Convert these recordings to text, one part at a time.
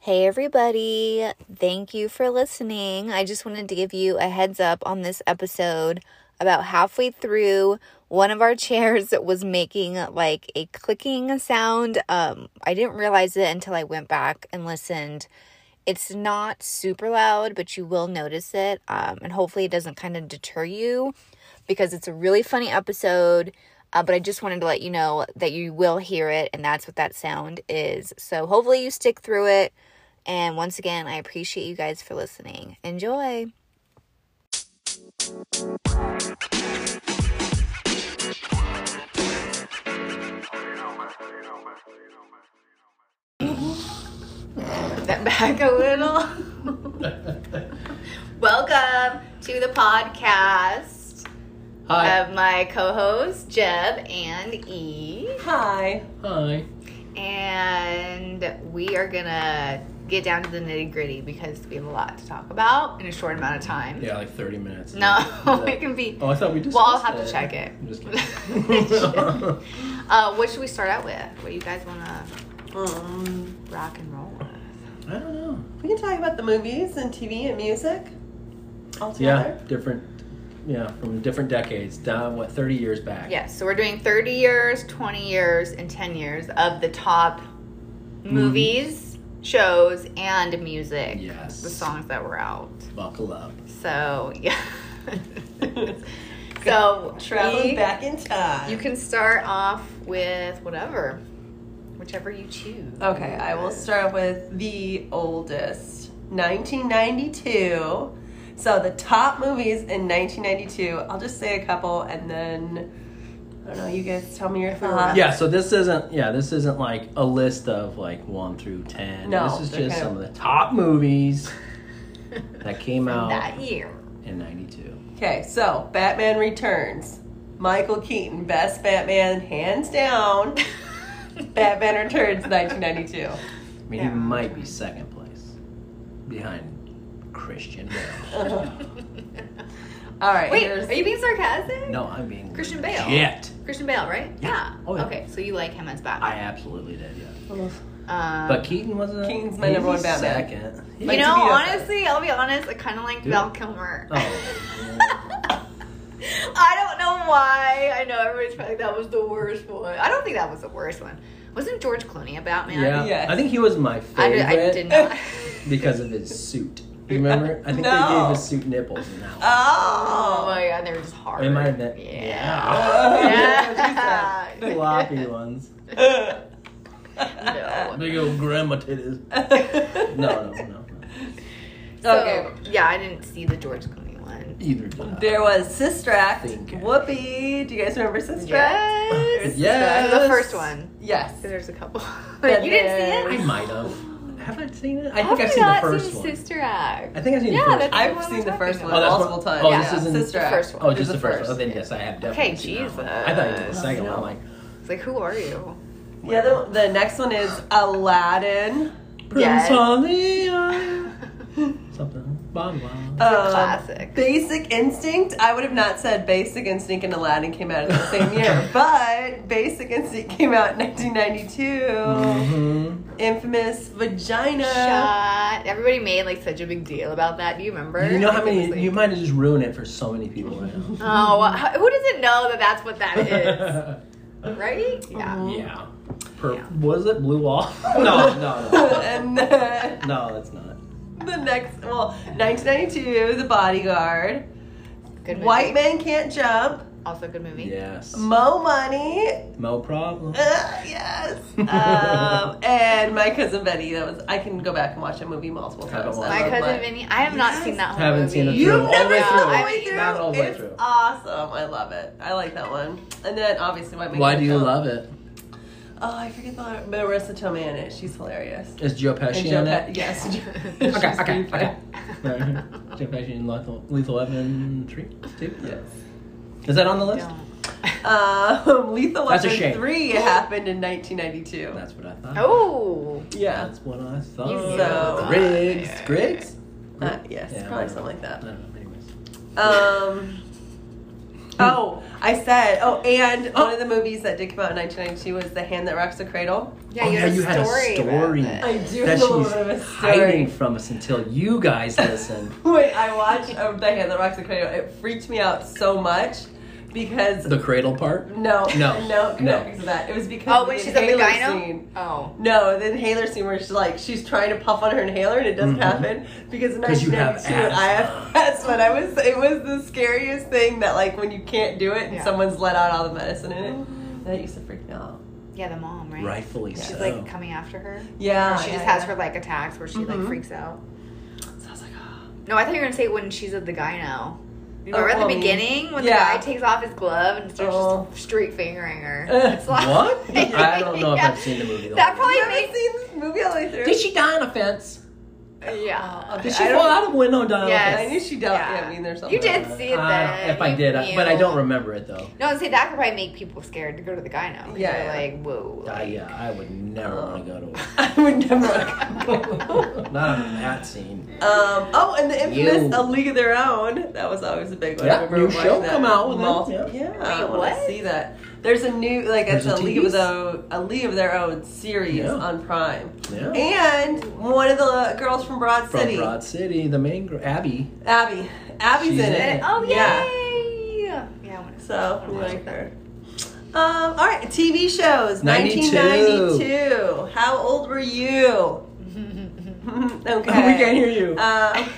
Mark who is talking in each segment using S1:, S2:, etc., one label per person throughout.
S1: Hey, everybody. Thank you for listening. I just wanted to give you a heads up on this episode. About halfway through, one of our chairs was making like a clicking sound. Um, I didn't realize it until I went back and listened. It's not super loud, but you will notice it. Um, and hopefully, it doesn't kind of deter you because it's a really funny episode. Uh, but I just wanted to let you know that you will hear it, and that's what that sound is. So hopefully, you stick through it. And once again, I appreciate you guys for listening. Enjoy. Step back a little. Welcome to the podcast
S2: Hi.
S1: of my co-hosts Jeb and E.
S3: Hi.
S2: Hi.
S1: And we are gonna get down to the nitty gritty because we have a lot to talk about in a short amount of time.
S2: Yeah, like 30 minutes.
S1: No,
S2: Yeah.
S1: it can be.
S2: Oh, I thought we just.
S1: Well, I'll have to check it.
S2: I'm just kidding.
S1: Uh, what should we start out with? What do you guys wanna
S3: Um,
S1: rock and roll with?
S2: I don't know.
S3: we can talk about the movies and TV and music all
S2: Yeah,
S3: together.
S2: different. Yeah, from different decades. Down what 30 years back.
S1: Yes, so we're doing 30 years, 20 years, and 10 years of the top movies, shows, and music.
S2: Yes.
S1: The songs that were out.
S2: Buckle up.
S1: So, yeah. so,
S3: Traveling
S1: we-
S3: back in time.
S1: You can start off with whatever, whichever you choose.
S2: Oh.
S3: okay, I will start with the oldest, 1992. So the top movies in 1992. I'll just say a couple, and then I don't know. You guys tell me your thoughts.
S2: Yeah. So this isn't. Yeah, this isn't like a list of like one through ten.
S3: No,
S2: This is
S3: they're
S2: just
S3: kind
S2: some
S3: of-
S2: of the top movies that came out
S1: That year.
S2: in '92.
S3: Okay, so Batman Returns. Michael Keaton, best Batman, hands down. Batman Returns, 1992.
S2: I mean, he might be second place behind Christian Bale.
S3: All right.
S1: Wait,
S3: here's-
S1: are you being sarcastic?
S2: no, I'm being
S1: Christian Bale.
S2: Yet.
S1: Christian Bale, right?
S2: Yeah. Oh, yeah.
S1: Okay, so you like him as
S2: I
S1: Batman.
S2: absolutely did. Yeah.
S1: um,
S2: But Keaton wasn't.
S3: Keaton's my number one Batman.
S2: Second.
S1: you
S3: Like,
S1: know,
S3: to be honest-
S1: honestly, I'll be honest, I kind of like
S2: Do
S1: Val
S2: it.
S1: Kilmer.
S2: Oh.
S1: I don't know why. I know everybody's probably that was the worst one. I don't think that was the worst one. Wasn't George Clooney a Batman?
S2: yeah,
S3: Yes.
S2: I think he was my
S1: I did,
S2: favorite
S1: I did not.
S2: because of his suit. You remember? I think they
S3: No.
S2: gave his suit nipples in that. one.
S1: oh
S3: Oh.
S1: my god, they were just hard.
S2: They might have been-
S1: Yeah.
S3: Yeah,
S1: Yeah.
S2: floppy ones.
S1: No.
S2: Big old grandma titties. No, no, no. no.
S3: Okay.
S1: So, yeah, I didn't see the George Clooney one.
S2: Either did I.
S3: There was Sister Act.
S2: Think.
S3: Whoopi. Do you guys remember Sister Act?
S1: Yes.
S2: Yes.
S1: The first one.
S3: Yes.
S1: 'Cause There's a couple.
S3: But
S1: you didn't see
S2: I
S1: it?
S3: then-
S2: might have. Have I seen it? I
S1: How have
S2: think I've
S1: you
S2: seen the
S1: not
S2: first
S1: seen
S2: one.
S1: Sister Act?
S2: I think I've seen
S1: Yeah,
S2: the first
S1: that's-
S2: one.
S1: the
S3: I've
S1: one
S3: seen
S1: we're
S3: the first
S1: talking
S3: one
S2: about. Oh, that's
S3: multiple
S2: one-
S3: times.
S2: oh,
S3: yeah.
S2: this isn't-
S3: Sister
S1: The
S3: Act.
S1: first one.
S2: Oh, just
S3: It
S2: the
S3: was the
S2: first.
S3: first.
S2: one. Oh, then yes, I have definitely
S1: Okay,
S2: seen that one.
S1: Jesus.
S2: I thought you did the second one. I'm like,
S1: It's like, who are you?
S3: The other, the next one is Aladdin.
S1: Yes.
S2: Prince on the Island. Something. Blah, blah.
S3: Um,
S1: classic.
S3: Basic Instinct. I would have not said Basic Instinct and Aladdin came out in the same year, but Basic Instinct came out in 1992. Mm-hmm.
S2: Mhm.
S3: Infamous Vagina.
S1: Shut. Everybody made like such a big deal about that. Do you remember?
S2: You know how
S1: Like, it was,
S2: many?
S1: like-
S2: You might have just ruined it for so many people right now.
S1: Oh, well, h- who doesn't know that that's what that is? right? Yeah.
S2: Um, yeah. Per-
S1: Yeah.
S2: Was it blue off? no, no, no,
S3: and then
S2: no. That's not.
S3: the next, well, 1992, The Bodyguard.
S1: Good movie.
S3: White Man Can't Jump.
S1: Also good movie.
S2: Yes.
S3: Mo Money.
S2: No problem.
S3: Mm. Uh, yes. Um, and My Cousin Betty. That was, I can go back and watch that movie multiple times.
S2: watched
S1: My
S3: I love
S1: cousin
S3: that.
S1: Vinny. I have not seen that whole
S2: Haven't
S1: movie.
S2: seen it
S3: You've
S2: All the
S3: never
S2: way
S3: seen
S2: through.
S3: all the way through.
S2: Not all the way
S3: it's
S2: through.
S3: awesome. I love it. I like that one. And then obviously, why?
S2: Why do you love it?
S3: Oh, I forget the Marissa Tomei in it. She's hilarious.
S2: Is Joe
S3: And
S2: Pesci
S3: Joe
S2: in
S3: Pe-
S2: it?
S3: yes.
S2: Okay,
S3: She's
S2: okay,
S3: stupid.
S2: okay. Right. Joe Pesci in Lethal, Lethal Weapon three, two.
S3: Yes.
S2: Is that on the list?
S1: Don't.
S3: Um, Lethal
S2: That's a
S3: Weapon
S2: shame.
S3: Three happened in 1992.
S2: That's what I thought.
S1: Oh.
S3: yeah.
S2: That's what I
S1: You
S3: know.
S2: thought. Griggs, Griggs.
S3: Uh, yes,
S2: Yeah,
S3: probably
S2: whatever.
S3: something like
S2: I
S3: that.
S2: don't know. Anyways.
S3: Um, Oh, I said. Oh, and one of the movies that did come out in 1992 was The Hand That Rocks the Cradle.
S2: oh, yeah, you had a story.
S3: I do
S2: that
S3: have a little
S2: she's
S3: bit of a story.
S2: hiding from us until you guys listen.
S3: Wait, I watched uh, The Hand That Rocks the Cradle. It freaked me out so much because
S2: the cradle part.
S3: no,
S2: No,
S3: no,
S2: no.
S3: no, because of that. It was because
S1: Oh,
S3: of
S1: when
S3: the
S1: she's at the
S3: inhaler
S1: gyno?
S3: scene.
S1: Oh.
S3: No, the inhaler scene where she's like she's trying to puff on her inhaler and it doesn't happen because in
S2: Mm-hmm. you have
S3: 1992 I have asthma. And I was it was the scariest thing that like when you can't do it and
S1: Yeah.
S3: someone's let out all the medicine in it. That used to freak me out.
S1: Yeah, the mom, right?
S2: Rightfully
S1: She's
S2: so.
S1: like coming after her.
S3: Yeah,
S1: she just
S3: Oh, yeah, Mm-hmm.
S1: has
S3: yeah.
S1: her like attacks where she like freaks out.
S3: So I was like, oh.
S1: No, I thought you were gonna say when she's at the gyno. Remember
S3: Oh,
S1: at
S3: well,
S1: the
S3: me.
S1: beginning when
S3: Yeah.
S1: the guy takes off his glove and starts
S3: Oh.
S1: just straight fingering her?
S3: Ugh.
S1: It's like,
S2: Uh, What? I don't know if
S1: Yeah.
S2: I've seen the movie.
S1: That probably
S3: You haven't seen this movie all the way through. Oh,
S2: Did she die on a fence?
S1: Yeah.
S3: Okay,
S2: Did she
S3: I
S2: fall
S3: don't-
S2: out of a window and die
S1: Yes.
S2: on a
S3: I
S2: fence?
S3: knew she dealt. Yeah, I mean, there's something.
S1: You did see it
S2: Uh,
S1: then.
S2: if I
S1: You
S2: did, I- but I
S1: knew.
S2: don't remember it though.
S1: No, I was gonna say that could probably make people scared to go to the gyno. 'cause
S3: Yeah,
S1: they're
S3: yeah.
S1: Like whoa.
S2: Uh,
S1: like-
S2: yeah, I would never want to go to it.
S3: I would never. want to go.
S2: Not on that scene.
S3: Um, oh, and the infamous
S2: You.
S3: A League of Their Own. That was always a big one.
S2: Yeah,
S3: I remember
S2: new
S3: watching
S2: show
S3: that
S2: come out with it,
S3: multi-
S2: yeah.
S3: Yeah, I
S1: Wait,
S3: want
S1: what?
S3: to see that. There's a new like
S2: There's
S3: it's
S2: a
S3: a, League of
S2: TV?
S3: Their Own, a League of Their Own series
S2: Yeah.
S3: on Prime.
S2: Yeah.
S3: And one of the girls from Broad
S2: From
S3: City,
S2: Broad City, the main gr- Abby.
S3: Abby. Abby's
S2: She's
S3: in
S2: in
S3: it.
S2: it.
S1: Oh
S3: Yeah.
S1: yay! Yeah. I wanna see that. I
S3: So
S1: wanna
S3: we
S1: watch
S3: like
S1: that.
S3: her. Um, all right, TV shows.
S2: 92.
S3: 1992. How old were you? okay.
S2: We can't hear you.
S3: Um,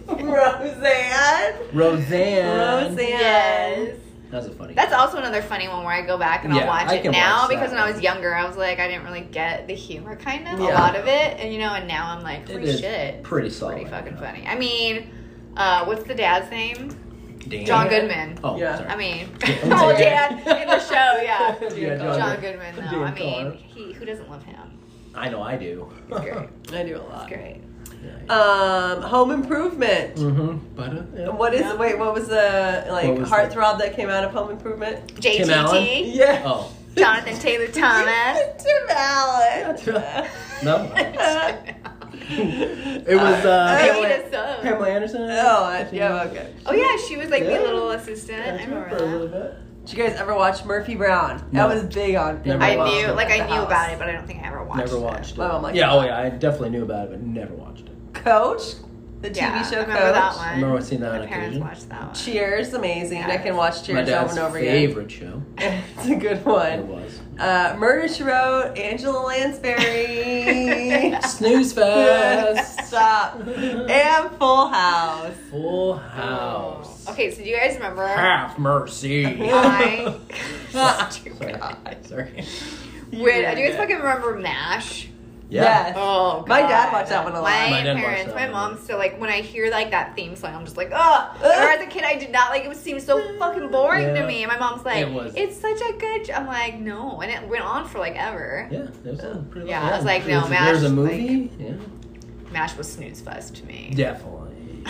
S3: Roseanne.
S2: Roseanne.
S3: Roseanne.
S1: Yes.
S2: That was a funny.
S1: That's also another funny one where I go back and
S2: Yeah,
S1: I'll watch
S2: I
S1: it
S2: can
S1: now
S2: watch that
S1: because when I was
S2: one.
S1: younger, I was like, I didn't really get the humor, kind of a
S3: Yeah.
S1: lot of it, and you know, and now I'm like,
S2: It
S1: holy
S2: is
S1: shit,
S2: pretty
S1: it's
S2: solid,
S1: pretty fucking
S2: yeah.
S1: funny. I mean, uh, what's the dad's name?
S2: Dan.
S1: John Goodman.
S2: Oh,
S3: Yeah.
S2: sorry.
S1: I mean,
S2: I'm
S1: oh,
S2: sorry.
S1: dad in the show, yeah.
S2: Yeah, John
S1: John
S2: Good-
S1: Goodman, though.
S2: Dan
S1: I mean,
S2: Carr.
S1: he who doesn't love him?
S2: I know I do.
S1: Great,
S3: I do a lot.
S1: great.
S2: Yeah.
S3: Um, Home Improvement.
S2: mm-hmm. But uh, yeah.
S3: What is
S1: Yeah.
S3: wait? What was the like
S2: What was
S3: heartthrob that came out of Home Improvement?
S1: JTT,
S3: Yeah.
S2: Oh.
S1: Jonathan Taylor Thomas.
S3: Tim Allen.
S2: No. Uh, it was uh,
S3: Uh,
S1: Maybe
S2: Pamela,
S1: that's so.
S2: Pamela Anderson.
S3: Oh, I- yeah. Okay.
S1: Oh yeah, she was like
S2: Yeah.
S1: the little assistant. I
S2: That's her
S1: remember
S2: for a
S1: that.
S2: little bit.
S3: Did you guys ever watch Murphy Brown?
S2: No.
S3: That was big on.
S2: Never
S1: I
S2: watched
S1: knew,
S2: it.
S1: like, I
S3: The
S1: knew
S3: house.
S1: about it, but I don't think I ever watched.
S2: Never
S1: it.
S2: watched it.
S3: My mom liked
S2: yeah,
S3: it.
S2: oh yeah, I definitely knew about it, but never watched it.
S3: Coach, the TV
S1: yeah,
S3: show
S1: I
S3: Coach.
S1: remember that one.
S2: I remember seeing that
S1: My
S2: on
S1: parents
S2: occasion.
S1: watched that one.
S3: Cheers, amazing.
S1: Yeah.
S3: I can watch
S2: My
S3: Cheers over
S2: dad's
S3: and over
S2: favorite show.
S3: again. it's a good
S2: It
S3: one.
S2: was
S3: Uh, Murder She Wrote, Angela Lansbury. Uh,
S2: Snooze Fest.
S3: Stop. and Full House.
S2: Full
S1: Oh.
S2: House.
S1: Okay, so do you guys remember?
S2: Have mercy.
S1: I,
S2: Sorry. Sorry.
S1: wait, do you guys fucking remember MASH?
S3: Yes.
S1: Oh, God.
S3: My dad watched that one a lot.
S1: My,
S2: My dad watched
S1: parents,
S2: that
S1: my
S2: one.
S1: mom. So like when I hear like that theme song, I'm just like, oh. Or as a kid, I did not like it. It seemed so fucking boring
S2: Yeah.
S1: to me. And my mom's like,
S2: It was.
S1: it's such a good. j-" I'm like, no, and it went on for like ever.
S2: Yeah, there's a pretty
S1: Yeah,
S2: long-
S1: I was like, no,
S2: there's,
S1: Mash,
S2: There's a
S1: like-
S2: movie? yeah.
S1: Mash was snooze fest to me.
S2: Definitely.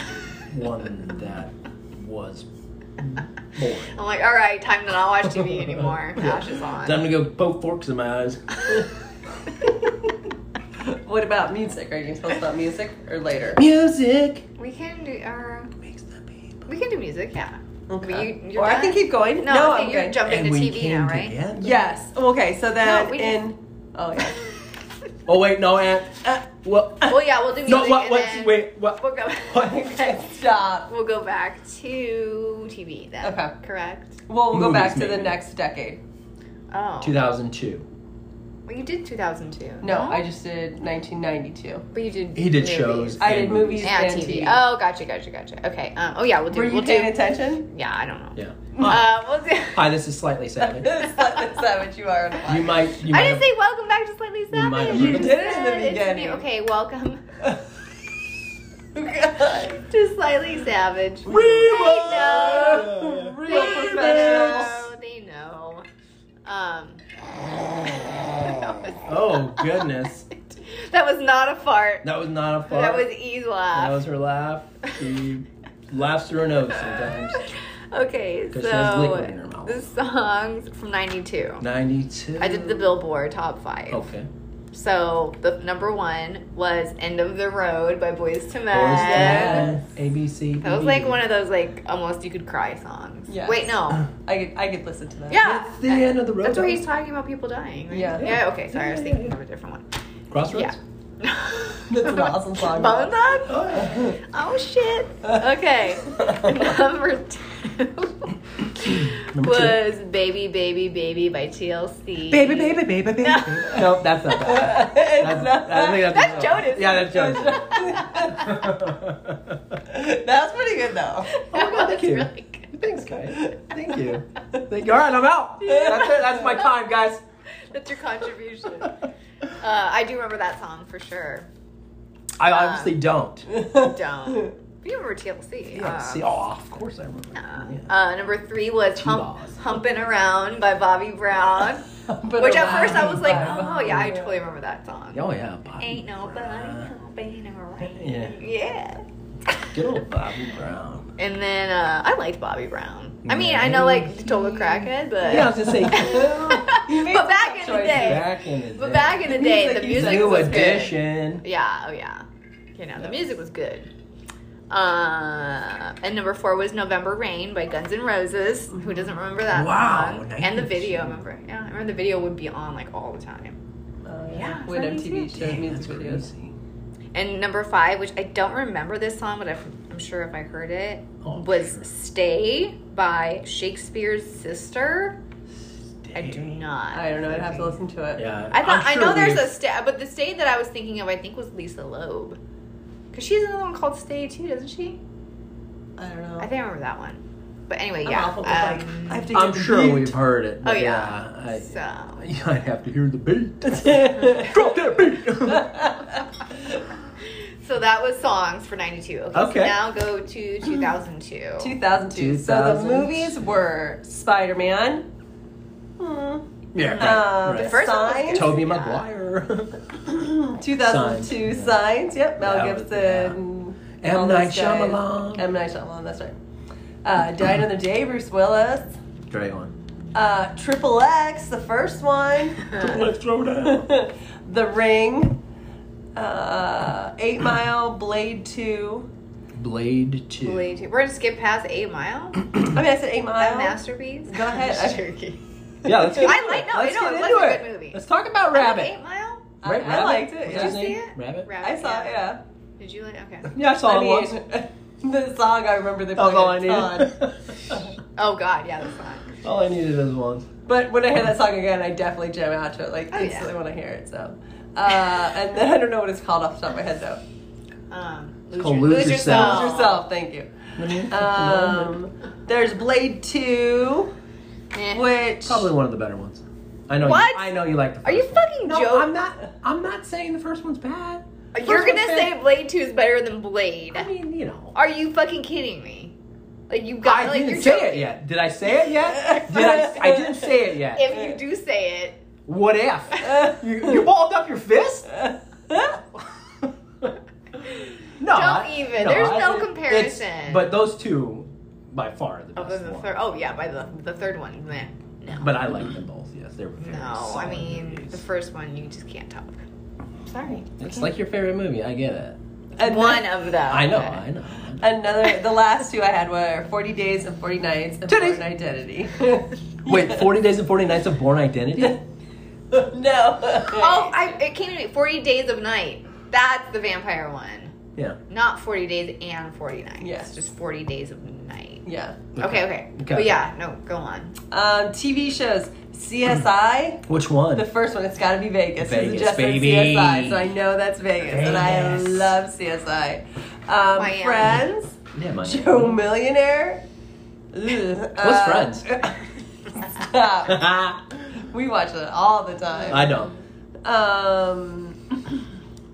S2: One that was boring.
S1: I'm like, all right, time to not watch TV anymore. Mash is on.
S2: Time to go poke forks in my eyes.
S3: What about music? Are you supposed to about music or later?
S2: Music
S1: we can do. Uh,
S2: makes the people.
S1: we can do music. Yeah.
S3: Okay.
S1: You- you're
S3: or I
S1: done?
S3: can keep going.
S1: No, I
S3: I'm
S1: think you're
S3: good.
S1: jumping
S2: And
S1: to
S2: we
S1: TV
S2: came
S1: now, right?
S2: together.
S3: Yes. Okay, so then
S1: No, we
S3: in.
S1: didn't.
S3: Oh, yeah.
S2: Oh wait, no, Aunt.
S3: Uh,
S2: Well,
S1: well, yeah, we'll do music.
S2: no, what?
S1: and
S2: What?
S1: then
S2: Wait, what?
S1: We'll go.
S2: What?
S1: okay.
S3: Stop.
S1: We'll go back to TV then.
S3: Okay.
S1: Correct.
S3: Well, we'll go back
S2: Movies,
S3: to the
S2: maybe.
S3: next decade.
S1: Oh.
S2: 2002.
S1: well, you did 2002.
S3: No, I just did 1992.
S1: But you did.
S2: He did
S1: movies.
S2: shows.
S3: I
S2: and
S3: did movies
S1: And
S3: and
S1: TV.
S3: TV.
S1: Oh, gotcha, gotcha, gotcha. Okay. Um, oh yeah, we'll do.
S3: Were you
S1: we'll
S3: paying
S1: do.
S3: attention?
S1: Yeah, I don't know.
S2: Yeah.
S1: Uh, we'll do.
S2: Hi, this is slightly savage.
S3: That's that what you are.
S2: You might. You
S1: I
S2: might
S1: didn't
S2: have-
S1: say welcome back to Slightly Savage.
S2: might have
S3: You
S2: Just
S3: did it in
S1: said
S3: the
S1: it's
S3: beginning.
S1: me. Okay, welcome
S3: God.
S1: to Slightly Savage.
S2: Rewind.
S1: know.
S2: Yeah,
S1: They
S3: Real professionals.
S1: know. They know. Um,
S2: yeah. Oh goodness,
S1: that was not a fart.
S2: that was not a fart.
S1: That was E's laugh.
S2: That was her laugh. She laughs through her nose sometimes.
S1: okay,
S2: 'Cause she has liquid in her
S1: so
S2: mouth.
S1: the songs from '92.
S2: 92. Oh.
S1: I did the Billboard Top Five.
S2: Okay.
S1: So the number one was "End of the Road" by Boys to
S2: Boys to
S1: Men.
S2: Men, ABC.
S1: Uh, That was like one of those like almost you could cry songs.
S3: Yes.
S1: Wait, no.
S3: I could, I could listen to that.
S1: Yeah.
S2: It's the end of the road.
S1: That's where he's talking about people dying. Right?
S3: Yeah.
S1: Yeah. Okay. Sorry, I was
S2: Yeah,
S1: thinking
S2: yeah,
S1: of a different one.
S2: Crossroads.
S1: Yeah.
S3: That's an awesome song.
S1: Bone Thugs?
S2: Oh, yeah.
S1: Oh shit. Okay. Number two
S2: Number two.
S1: was "Baby, Baby, Baby" by TLC.
S2: Baby, baby, baby, baby.
S1: No.
S2: nope, that's not that.
S3: it's
S2: That's, I
S3: not,
S2: think
S1: That's Jonas.
S2: Yeah, that's Jonas.
S3: that's pretty good though.
S1: That
S2: thank
S1: was
S2: you.
S1: really good.
S2: Thanks, guys. Thank you. Thank you. All right, I'm out. That's it. That's my time, guys.
S1: That's your contribution. Uh, I do remember that song for sure.
S2: I obviously don't.
S1: Don't. You remember TLC?
S2: Yeah,
S1: uh,
S2: see, oh, of course I remember.
S1: uh,
S2: Yeah.
S1: uh, number three was hump,
S2: laws.
S1: "Humping Around" by Bobby Brown,
S3: But
S1: which at first I was like,
S3: around,
S1: "Oh yeah, I
S3: yeah.
S1: totally remember that song."
S2: Oh yeah, Bobby.
S1: Ain't nobody
S2: Brown.
S1: humping around.
S2: Yeah.
S1: Yeah.
S2: Good old Bobby Brown.
S1: And then uh, I liked Bobby Brown. I mean, I know like the total crackhead, but
S2: Mm-hmm. Yeah, I was gonna say.
S3: You made
S1: but back in
S3: some
S1: the
S3: choices.
S1: day,
S2: back in the day.
S1: but back in the day, the
S3: music is
S1: music
S2: New
S1: was good.
S2: edition.
S1: Yeah, oh yeah. You know, the music was good. Uh, and number four was November Rain by Guns N' Roses. Who doesn't remember that
S2: Wow,
S1: song? And the
S2: 90s.
S1: video, I remember. Yeah, I remember the video would be on like all the time.
S3: Oh,
S1: Yeah,
S3: When
S1: it's
S3: MTV
S1: nice,
S3: showed
S2: Dang,
S3: music
S2: that's
S3: videos.
S2: crazy.
S1: And number five, which I don't remember this song, but I've, I'm sure if I heard it,
S2: Oh, I'm
S1: was
S2: sure.
S1: Stay by Shakespeare's Sister. I do
S2: Dang.
S1: not.
S3: I don't know. I'd have to listen to it.
S2: Yeah,
S1: I thought
S2: I'm
S1: I know
S2: sure
S1: there's
S2: we-
S1: a stay, but the stay that I was thinking of, I think, was Lisa Loeb, because she has another one called Stay too, doesn't she?
S3: I don't know.
S1: I think I remember that one. But anyway,
S3: I'm
S1: yeah.
S3: awful with, like,
S1: um,
S3: I have to
S2: I'm
S3: get the
S2: sure
S3: beat.
S2: we've heard it.
S1: oh
S2: but
S1: yeah.
S2: I-
S1: So
S2: Yeah, I'd have to hear the beat. Drop that beat.
S1: so that was songs for 92. Okay. So
S2: Okay.
S1: now go to 2002.
S3: 2002. So the
S2: 2002.
S3: movies were Spider Man.
S2: yeah,
S3: Um,
S2: right,
S1: Hmm. Uh, The
S2: right.
S1: first one was
S3: Signs.
S1: good.
S2: Toby
S1: Yeah.
S2: Maguire.
S3: 2002
S2: Signs,
S3: Signs.
S2: yeah.
S3: Yep, Mel
S2: That was-
S3: Gibson.
S2: yeah.
S3: all
S2: M. Night
S3: those guys.
S2: Shyamalan.
S3: M. Night Shyamalan, that's right. Uh, Died Another Day, Bruce Willis.
S2: Great one.
S3: Uh, Triple X, the first one.
S1: Uh,
S2: Let's throw down.
S3: the Ring. Uh, Eight Mile, Blade 2.
S2: Blade two.
S1: Blade two. We're gonna skip past Eight Mile.
S3: I mean, I said Eight Mile.
S1: That masterpiece.
S3: Go ahead.
S1: I'm jerky.
S2: Yeah, let's get
S1: I
S2: into
S1: like-
S2: it.
S1: no,
S2: Let's
S1: I know,
S2: get
S1: it was
S2: into
S1: a good movie.
S2: Let's talk about
S1: Eight
S2: Rabbit.
S1: Mile.
S3: I- I liked it,
S2: What's his
S3: yeah.
S1: Did you
S2: name?
S1: see it?
S2: Rabbit.
S1: Rabbit,
S3: I saw it, yeah.
S1: Did you like? Okay.
S2: Yeah, I saw
S3: I
S2: it
S3: mean,
S2: once.
S3: the song I remember they
S2: That was all I
S3: played at Todd.
S2: needed.
S1: Oh God, yeah, that's fine.
S2: all I needed was once.
S3: But when I hear that song again, I definitely jam out to it. Like
S1: Oh, yeah.
S3: instantly when I hear it. So, uh, and then I don't know what it's called off the top of my head though.
S1: Um,
S2: called
S1: Your-
S2: Lose Yourself.
S3: Lose yourself. Thank you. Um, there's Blade Two,
S1: Eh.
S3: which
S2: Probably one of the better ones. I know.
S1: What?
S2: You, I know you like the. First
S1: Are you
S2: one.
S1: fucking
S2: No,
S1: joking?
S2: I'm not. I'm not saying the first one's bad. First
S1: You're
S2: one's
S1: gonna
S2: bad.
S1: say Blade Two is better than Blade?
S2: I mean, you know.
S1: Are you fucking kidding me? Like you got
S2: I
S1: like
S2: didn't
S1: you're
S2: say it
S1: joking.
S2: yet. Did I say it yet? Did I? I didn't say it yet.
S1: If you do say it,
S2: what if? You, you balled up your fist? no. I-
S1: even. There's no
S2: it's-
S1: comparison.
S2: But those two, by far, are the
S1: oh,
S2: best.
S1: then the
S2: one.
S1: third. Oh yeah, by the the third one. Meh. No.
S2: But I like them both. Yes, they were. Very
S1: no, I
S2: solid
S1: mean the
S2: movies.
S1: first one you just can't top. Sorry.
S2: It's like your favorite movie. I get it.
S3: and
S1: one
S3: then
S1: of them.
S2: I know. I know. I know.
S3: Another, the last two I had were 40 Days and 40 Nights and
S2: Titties.
S3: Born Identity.
S2: Wait, Forty Days and Forty Nights of Born Identity.
S3: no.
S1: Oh, I, it came to me. Forty Days of Night. That's the vampire one.
S2: Yeah.
S1: Not Forty Days and Forty Nights.
S3: Yes.
S1: just Forty Days of Night.
S3: Yeah.
S1: Okay, okay.
S2: Okay.
S1: But yeah, no, go on.
S3: Um, TV shows CSI.
S2: Which one?
S3: The first one, it's got to be Vegas. 'cause it
S2: Vegas,
S3: just said
S2: baby.
S3: CSI, so I know that's Vegas, and I
S2: Vegas.
S3: love CSI. Um,
S1: Miami.
S3: Friends,
S2: yeah, mine.
S3: Joe Millionaire. Ugh, uh,
S2: What's Friends?
S3: Stop.
S2: I
S3: We watch it all the time.
S2: don't.
S3: Um,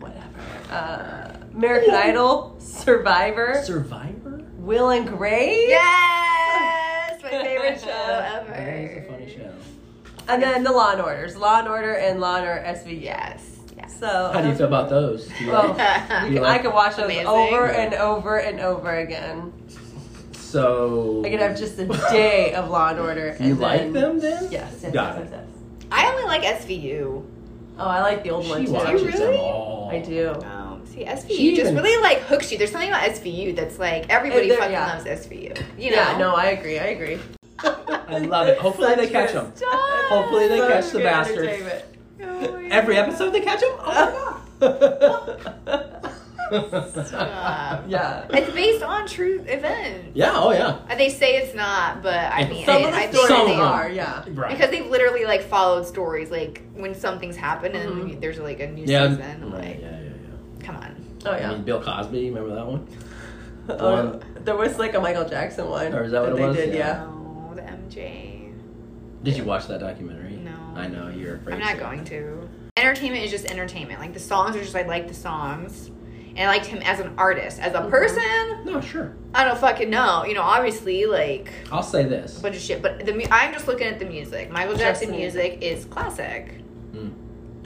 S3: whatever. Uh, American Idol, Survivor,
S2: Survivor.
S3: Will and Grace,
S1: Yes, my favorite show ever.
S2: That is a funny show.
S3: and then the Law and Orders, Law and Order, and Law and Order SVU.
S1: Yes. Yes.
S3: So
S2: How do you feel about those? Do you
S3: Well,
S2: like-
S3: You
S2: You
S3: can,
S2: like-
S3: I could watch those
S1: Amazing.
S3: over and over and over again.
S2: so
S3: I could have just a day of Law and Order. And
S2: You like
S3: then-
S2: them then?
S3: Yes. yes,
S2: Got
S3: yes,
S2: it.
S3: yes, yes.
S1: I only like SVU.
S3: Oh, I like the old
S2: She
S3: ones.
S2: watches
S3: too.
S2: them
S1: really?
S2: all.
S3: I do.
S1: Oh, see, SVU
S2: She
S1: just
S2: even-
S1: really like hooks you. There's something about SVU that's like everybody
S3: And they're-
S1: fucking
S3: yeah.
S1: loves SVU. You know?
S3: Yeah, no, I agree. I agree.
S2: I love it. Hopefully they catch them. Hopefully they catch the bastards.
S1: Oh,
S2: Every episode they catch them. Oh my god.
S1: Stop.
S3: Yeah.
S1: It's based on true events.
S2: yeah. Oh yeah.
S1: Uh, They say it's not, but I
S2: And
S1: mean,
S3: Some
S1: I,
S3: of
S1: I
S3: the
S1: think
S2: Some
S3: stories
S1: they
S2: of them.
S3: are, yeah.
S2: Right.
S1: because they've literally like followed stories like when something's happened and then there's like a new
S2: Mm-hmm. yeah.
S1: season. I'm
S2: Right,
S1: like,
S2: yeah. Yeah. Yeah.
S1: come on.
S3: Oh
S2: I
S3: yeah.
S2: mean, Bill Cosby, remember that one?
S3: Oh, there was like a Michael Jackson one.
S2: Or is that what it
S3: they
S2: was?
S3: Did,
S2: Yeah.
S3: yeah.
S1: No, Oh, the MJ.
S2: Did you watch that documentary?
S1: No.
S2: I know you're afraid.
S1: I'm not
S2: to.
S1: going to. Entertainment is just entertainment. Like the songs are just I like the songs. And I liked him as an artist. As a
S2: Mm-hmm.
S1: person,
S2: No, sure.
S1: I don't fucking know. You know, obviously like
S2: I'll say this.
S1: a bunch of shit, but the mu- I'm just looking at the music. Michael
S3: Just
S1: Jackson
S3: the
S1: music is classic.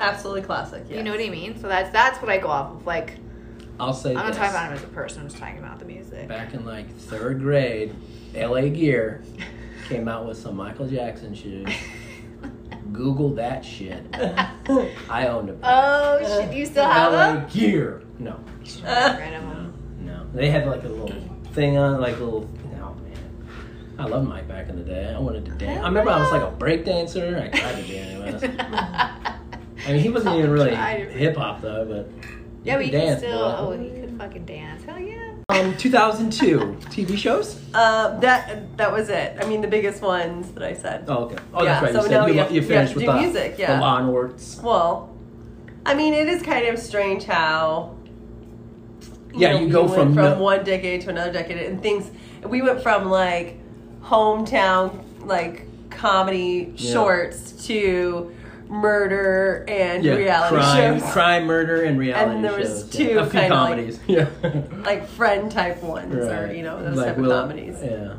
S3: Absolutely classic. Yeah.
S1: You know what I mean? So that's that's what I go off of. Like
S2: I'll say
S1: I'm not
S2: this.
S1: talking about him as a person. I'm just talking about the music.
S2: Back in like third grade, LA Gear came out with some Michael Jackson shoes. Google that shit. I owned a pair.
S1: oh, shit, you still have
S2: LA
S1: them?
S2: Gear. No,
S1: Right, I'm
S2: no,
S1: on-
S2: no. They had like a little thing on, like a little. Oh man, I loved Mike back in the day. I wanted to dance. I remember I was like a break dancer. I tried to be anyways. I mean, he wasn't even really
S1: Tried to-
S2: hip hop though, but
S1: yeah, but you
S2: could
S1: can
S2: dance,
S1: still.
S2: boy.
S1: Oh, he could fucking dance. Hell yeah.
S2: Um, 2002 TV shows.
S3: Uh, that that was it. I mean, the biggest ones that I said.
S2: Oh, okay. Oh,
S3: Yeah,
S2: that's right.
S3: so
S2: you
S3: now
S2: said you,
S3: we have-
S2: you
S3: we have
S2: finished
S3: to
S2: with
S3: do
S2: the,
S3: music,
S2: the
S3: yeah.
S2: law and Ords.
S3: Well, I mean, it is kind of strange how.
S2: Yeah, you
S3: we
S2: go
S3: went
S2: from
S3: from
S2: no-
S3: one decade to another decade, and things. We went from like hometown like comedy
S2: Yeah.
S3: shorts to murder and
S2: Yeah,
S3: reality
S2: crime,
S3: shows,
S2: crime, murder, and reality
S3: And there was
S2: shows.
S3: two
S2: yeah. a few
S3: kinda like-
S2: comedies. yeah,
S3: like friend type ones, or
S2: Right.
S3: you know those
S2: Like eh,
S3: type of
S2: Will-
S3: comedies.
S2: Yeah,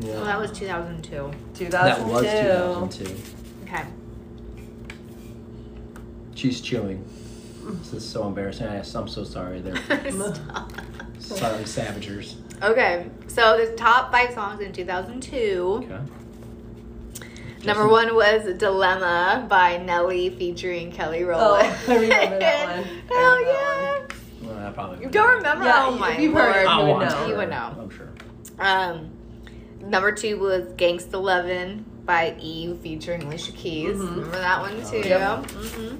S2: yeah.
S1: Well, that was 2002.
S3: 2002.
S2: that was 2002.
S1: Okay.
S2: She's chewing. This is so embarrassing. I, am so sorry. They're
S1: Stop.
S2: sorry, savagers.
S1: okay. So the top five songs in 2002.
S2: Okay.
S1: Number
S2: Justin-
S1: one was "Dilemma" by Nelly featuring Kelly Rowland.
S3: Oh, I remember that one. I
S1: Hell
S3: remember that
S1: yeah!
S2: Well, I probably
S1: You don't remember?
S3: Yeah,
S1: oh my
S3: if you've heard it,
S1: lord.
S2: Oh,
S3: you would
S2: I'm
S3: know.
S2: sure.
S1: You would know.
S2: I'm sure.
S1: Um, number two was Gangsta Lovin' by Eve featuring Alicia Keys.
S3: Mm-hmm.
S1: Remember that one too?
S2: yeah.
S1: hmm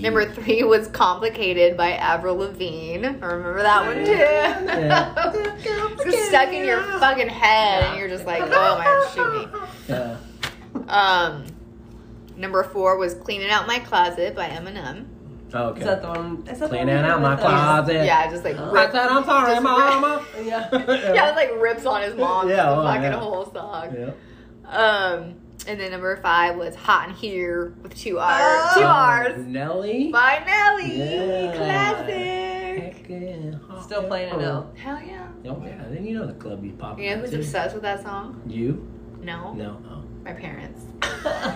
S1: Number three was Complicated by Avril Lavigne. Remember that one too? it's stuck in your fucking head and you're just like, oh my, shoot me.
S2: Yeah.
S1: Um, number four was Cleaning Out My Closet by Eminem.
S2: Oh, okay.
S3: Is that the one? Is that the
S2: Cleaning
S3: one we
S2: out
S3: did
S2: my
S3: with uh, us?
S2: closet.
S1: Yeah, just like
S2: I
S1: rips.
S2: said I'm sorry,
S1: just-
S2: mama.
S3: Yeah.
S1: Yeah, it like rips on his mom.
S2: Yeah,
S1: the
S2: oh,
S1: fucking
S2: yeah.
S1: whole song.
S2: Yeah.
S1: Um, and then number five was Hot in Here with two R's.
S3: Oh.
S1: two R's.
S2: Nelly.
S1: By Nelly.
S2: Yeah.
S1: Classic.
S3: Still playing it now.
S1: Hell yeah.
S2: Oh yeah, then you know the club you pop.
S1: You know who's
S2: into.
S1: obsessed with that song?
S2: You?
S1: No.
S2: No. Oh.
S1: My parents.
S2: oh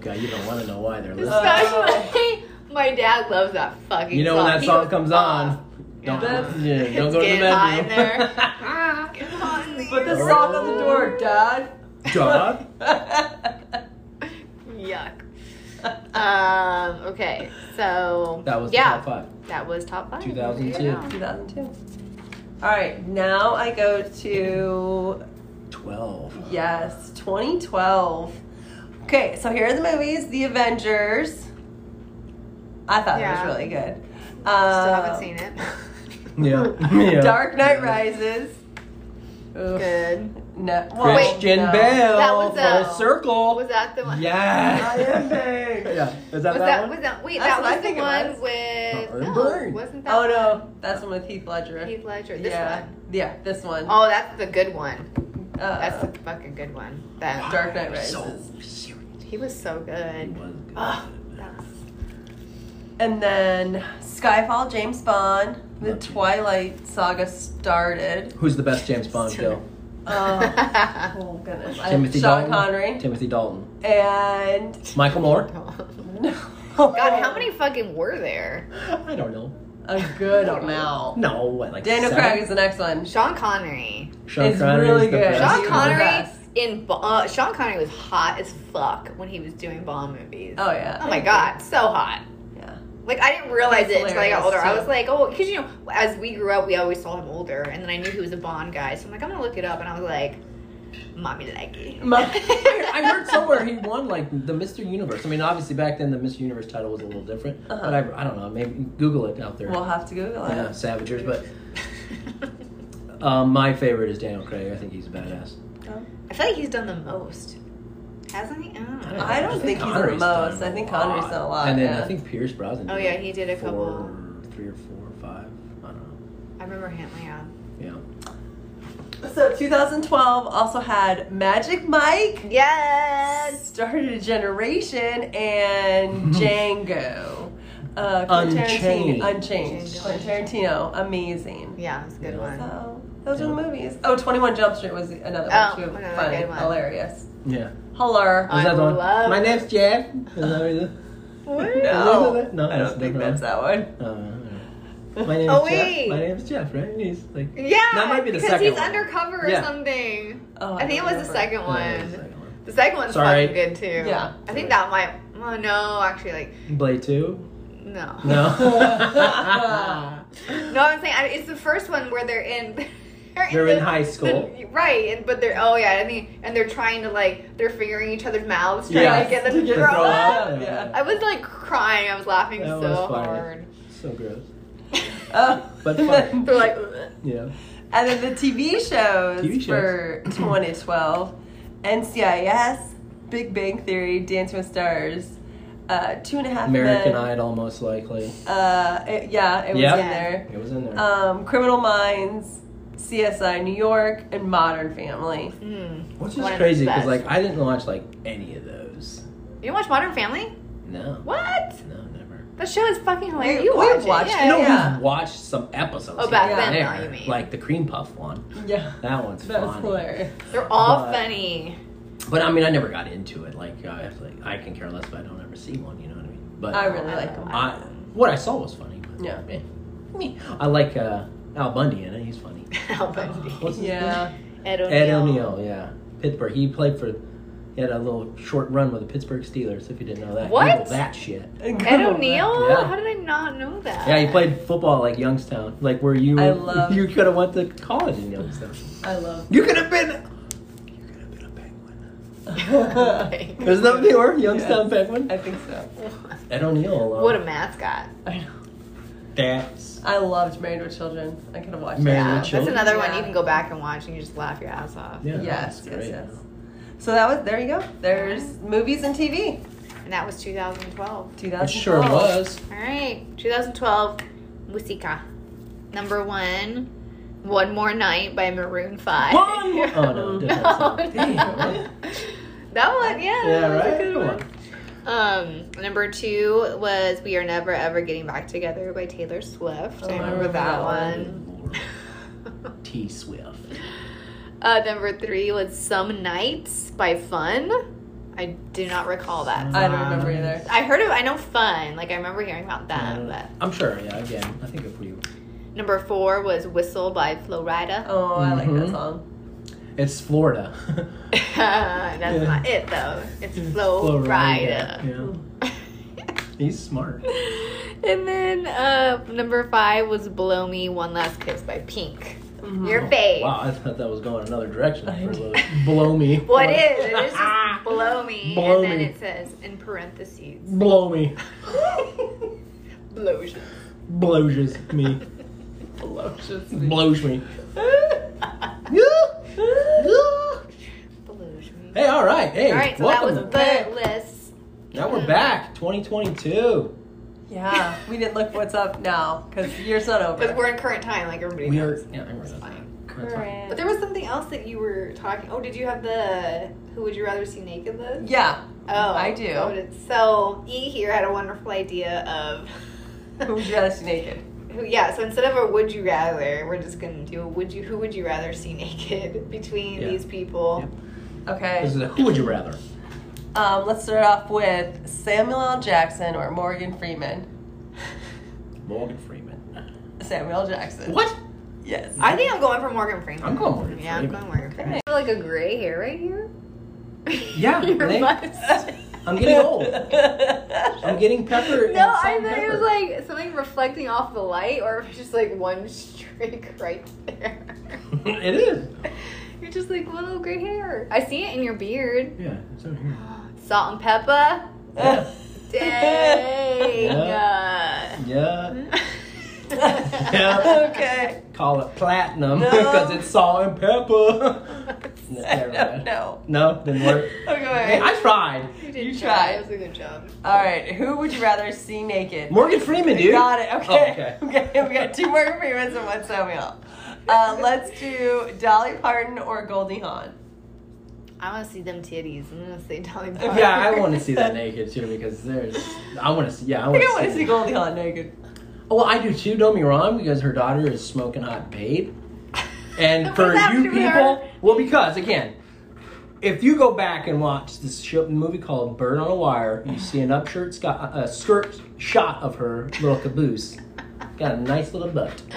S2: god, you don't want to know why they're listening.
S1: Especially my dad loves that fucking
S2: Oh. you know
S1: song.
S2: when that
S1: He
S2: song
S1: goes
S2: comes
S1: off.
S2: on, don't
S3: Yeah.
S2: yeah, don't
S1: It's
S2: go to the
S1: getting hot in
S2: bedroom.
S1: there. Ah, get hot in
S3: Put the
S1: here.
S3: sock on the door, Dad.
S2: Dog.
S1: Yuck. Um, okay, so
S2: That was
S1: yeah,
S2: the top five.
S1: that was top five.
S2: 2002.
S1: Yeah.
S3: 2002. All right, now I go to
S2: Twelve.
S3: yes, 2012. Okay, so here are the movies: The Avengers. I thought
S1: Yeah.
S3: it was really good.
S1: Still
S3: Uh,
S1: haven't seen it.
S2: Yeah. yeah.
S3: Dark Knight Rises. Oof.
S1: Good.
S3: No. well,
S2: Christian
S3: no.
S2: Bale.
S1: That was a-
S2: full circle.
S1: Was that the one?
S2: Yeah.
S3: I am big.
S2: yeah. Is that
S1: Was
S2: that,
S1: that,
S2: one?
S1: was that wait?
S3: That's
S1: that
S3: what I
S1: was the
S3: think it
S1: one
S3: was.
S1: with
S2: Not Red
S1: no,
S2: Bird.
S1: wasn't that?
S3: Oh no, that's the one with Heath Ledger.
S1: one Heath Ledger. This
S3: yeah.
S1: one.
S3: Yeah, this one.
S1: Oh, that's the good one.
S3: Uh,
S1: That's the fucking good one. That
S3: Dark Knight Rises.
S2: So serious.
S1: he was so
S2: It
S1: good.
S2: was good.
S3: Ah.
S1: That's,
S3: And then Skyfall, James Bond, the
S2: Lucky.
S3: Twilight saga started.
S2: Who's the best James Bond kill?
S3: Oh, oh goodness.
S1: uh,
S3: I-
S2: Timothy
S3: Sean
S2: Dalton.
S3: Connery.
S2: Timothy Dalton.
S3: And.
S2: Michael Moore.
S1: God, how many fucking were there?
S2: I don't know.
S3: A good amount.
S2: No, what, like
S3: Daniel
S2: seven?
S3: Craig is the next one.
S1: Sean Connery.
S2: Sean
S3: is
S2: Connery
S3: really
S2: is the
S3: good.
S2: best.
S1: Sean
S3: He was the
S1: Connery
S3: best.
S1: in Bo- uh, Sean Connery was hot as fuck when he was doing Bond movies.
S3: Oh yeah.
S1: Oh my god, so hot.
S3: Yeah.
S1: Like I didn't realize
S3: He's
S1: it until I got older.
S3: hilarious,
S1: I
S3: too.
S1: was like, oh, because you know, as we grew up, we always saw him older, and then I knew he was a Bond guy. So I'm like, I'm gonna look it up, and I was like, mommy likey.
S2: My- I heard somewhere he won like the Mr. Universe. I mean, obviously back then the Mr. Universe title was a little different,
S3: Uh-huh.
S2: but I, I don't know. Maybe Google it out there.
S3: We'll have to Google it.
S2: yeah, Savagers. But um, my favorite is Daniel Craig. I think he's badass.
S1: I feel like he's done the most, hasn't he? Mm. I don't know.
S3: don't I think he's the
S2: Connery's
S3: most.
S2: done
S3: I think
S2: a lot.
S3: Connery's done a lot,
S2: And then
S3: yeah.
S2: I think Pierce Brosnan.
S1: Oh
S2: did,
S1: yeah,
S2: like,
S1: he did a
S2: four,
S1: couple.
S2: three or four or five. I don't
S1: I remember him. Yeah.
S2: know.
S3: So 2012 also had Magic Mike,
S1: Yes.
S3: started a generation, and Django. Uh, Quentin
S2: Unchained.
S3: Tarantino. Unchanged.
S1: Django
S3: Quentin Tarantino, amazing.
S1: Yeah, it's a good
S2: Yeah.
S1: one.
S3: So those are the movies. Oh, 21 Jump Street was another one
S1: Oh,
S3: too.
S1: another
S3: Fun,
S1: good one.
S3: hilarious.
S2: Yeah. Yeah.
S3: Holler.
S1: I
S2: Is that the one?
S1: love-
S2: My name's Jeff. Is that what it is?
S3: no,
S2: No,
S3: I
S2: that's
S3: don't think
S2: different.
S3: that's that one.
S2: Uh, I don't know. my name's
S1: Oh,
S2: Jeff.
S1: wait.
S2: My name's Jeff, right? And he's like.
S1: Yeah,
S2: That might be the
S1: because
S2: second
S1: he's
S2: one.
S1: undercover or
S2: Yeah.
S1: something.
S3: Oh,
S1: I, think it
S3: don't
S1: was the
S3: remember.
S1: second
S2: No, it was the
S1: one.
S2: second one.
S1: The second one's
S2: Sorry.
S1: fucking good too.
S3: Yeah.
S1: I think that might. Oh no, actually, like
S2: Blade Two.
S1: no.
S2: No.
S1: No, I'm saying I, it's the first one where they're in. They're,
S2: They're in
S1: the-
S2: high school.
S1: the- right? And but they're oh yeah, I mean, and they're trying to like they're figuring each other's mouths, trying
S2: Yes,
S1: to get them
S2: to
S1: to
S2: get
S1: grow
S2: grow
S1: up.
S2: up, yeah.
S1: I was like crying. I was laughing
S2: That
S1: so
S2: was funny.
S1: hard.
S2: so gross.
S3: Oh.
S2: But fun.
S1: They're like,
S2: Yeah.
S3: And then the TV shows,
S2: TV shows.
S3: for 2012 NCIS, Big Bang Theory, Dancing with Stars, uh, Two and a Half
S2: American
S3: Men.
S2: Idol, most likely.
S3: Uh, it- yeah, it was
S2: Yeah.
S3: in there.
S2: It was in there.
S1: Uh,
S3: Um, Criminal Minds, CSI New York, and Modern Family.
S1: mm.
S2: Which
S1: one
S2: is
S1: of
S2: crazy
S1: the
S2: because
S1: best.
S2: like I didn't watch like any of those.
S1: you didn't watch Modern Family?
S2: No.
S1: What?
S2: No, never.
S1: That show is fucking hilarious.
S3: We-
S1: you
S3: we've
S1: watch it?
S3: watched
S1: yeah,
S3: it.
S2: no,
S1: yeah.
S3: yeah.
S2: we've watched some episodes.
S1: Oh, back
S2: here and
S1: then, though,
S2: there,
S1: you mean.
S2: Like the cream puff one.
S3: Yeah.
S2: That one's
S3: That's
S2: funny.
S3: hilarious.
S1: They're all
S2: But-
S1: funny.
S2: But I mean, I never got into it. Like I, was like, I can care less if I don't ever see one. You know what I mean? But
S3: I really like them.
S2: I- what I saw was funny. But,
S3: Yeah.
S2: eh, me. I like uh, Al Bundy in it. He's funny.
S1: Al Bundy.
S2: What's his
S3: Yeah.
S1: Ed O'Neill.
S2: Ed O'Neill, yeah. Pittsburgh. He played for. He had a little short run with the Pittsburgh Steelers. If you didn't know that,
S1: What?
S2: Google that shit.
S1: Ed O'Neill?
S2: Yeah.
S1: How did I not know that?
S2: Yeah, he played football like Youngstown, like where you
S3: I love-
S2: you could have went to college in Youngstown.
S3: I love.
S2: You could have been. You could have been a penguin.
S3: I
S2: Isn't that what they were? Youngstown penguin.
S3: think so.
S2: Ed O'Neill. uh,
S1: What a mascot.
S3: I know.
S2: That's
S3: I loved Married with Children. I could have watched
S2: Married
S3: that.
S2: with
S1: Yeah, that's
S2: Children?
S1: another one
S3: Yeah.
S1: you can go back and watch and you just laugh your ass off.
S2: yeah.
S3: Yes,
S2: that's
S3: yes,
S2: great.
S3: yes. So that was there. You go. There's movies and TV.
S1: And that was 2012.
S3: 2012.
S2: It sure was.
S1: All right, 2012, Musika. Number one, One More Night by Maroon 5.
S2: One more- Oh no, different
S1: No.
S2: song. Damn, right?
S1: That one, yeah.
S2: Yeah,
S1: that was a
S2: right.
S1: good
S2: Come
S1: one. Um, number two was "We Are Never Ever Getting Back Together" by Taylor Swift. I
S2: Oh,
S1: remember that one.
S2: on. T Swift.
S1: Uh, number three was "Some Nights" by Fun. I do not recall that.
S3: I don't remember either.
S1: I heard of. I know Fun. Like I remember hearing about
S2: I
S1: that.
S2: don't know. I'm sure. Yeah. Again, I think if we,
S1: But number four was "Whistle" by Flo Rida.
S3: Oh, I like that
S2: Mhm.
S3: song.
S2: it's Florida.
S1: That's
S2: Yeah.
S1: not it though. It's Flo
S2: Florida.
S1: Oh, Rida.
S2: Yeah. He's smart.
S1: And then uh, number five was "Blow Me One Last Kiss" by Pink. Your fave.
S2: Mm-hmm. Wow, I thought that was going another direction. for a little- Blow me.
S1: What is? It is just below me,
S2: Below
S1: and then
S2: me.
S1: it says in parentheses,
S2: Blow me.
S1: blows.
S2: Blows me.
S3: Just me.
S2: Blows me. Yeah. Yeah.
S1: Blows me.
S2: Hey, all right. Hey,
S1: All right, so that
S2: welcome.
S1: was
S2: to-
S1: the list.
S2: now we're back. 2022.
S3: yeah, we didn't look what's up now because year's not
S1: Because
S3: over.
S1: we're in current time, like everybody
S2: We are.
S1: knows.
S2: Yeah, I remember that.
S1: Fine.
S2: That's fine.
S1: But there was something else that you were talking. Oh, did you have the Who Would You Rather See Naked list?
S3: Yeah,
S1: Oh,
S3: I do.
S1: So, did- so E here had a wonderful idea of.
S3: who would you rather see naked?
S1: Who- Yeah, so instead of a would you rather, we're just gonna do a would you who would you rather see naked between
S2: Yeah.
S1: these people.
S2: This
S3: Okay,
S2: is a who would you rather?
S3: um, let's start off with Samuel L. Jackson or Morgan Freeman.
S2: Morgan Freeman.
S3: Samuel Jackson.
S2: What?
S3: Yes.
S1: I think I'm going for Morgan Freeman.
S2: I'm going Morgan
S1: Yeah, I'm
S2: Freeman.
S1: going Morgan Freeman. I feel like a gray hair right here.
S2: Yeah,
S1: Your
S2: they-
S1: mustache.
S2: I'm getting old. I'm getting pepper. and
S1: No, I
S2: salt and
S1: thought it
S2: pepper.
S1: was like something reflecting off the light, or if it's just like one streak right there.
S2: it is.
S1: You're just like little gray hair. I see it in your beard.
S2: Yeah, it's over here.
S1: Salt and pepper.
S2: Yeah.
S1: Dang.
S2: yeah.
S1: Uh,
S3: okay.
S2: Call it platinum
S3: No.
S2: because it's salt and pepper. No,
S3: I
S2: never
S3: don't
S2: mind.
S3: know.
S2: No, didn't work. Hey,
S1: okay.
S2: I tried.
S1: You, did
S3: You
S1: try.
S3: tried.
S1: It was a good job.
S3: All right. Who would you rather see naked?
S2: Morgan Freeman,
S3: We
S2: dude.
S3: Got it. Okay.
S2: Oh,
S3: okay. We got two Morgan Freemans and one Samuel. Uh, let's do Dolly Parton or Goldie Hawn.
S1: I want to see them titties. I'm gonna say Dolly Parton.
S2: Yeah, I want to see that naked too because there's. I want to see. Yeah, I
S3: I
S2: want
S3: think I
S2: to
S3: want
S2: see.
S3: to see Goldie Hawn naked.
S2: Oh, well, I do too. Don't be wrong because her daughter is smoking hot babe. And
S1: What's
S2: for you
S1: happened to
S2: people,
S1: her?
S2: well, because again, if you go back and watch this show, movie called Bird on a Wire, you see an upskirt got a skirt shot of her little caboose. Got a nice little butt.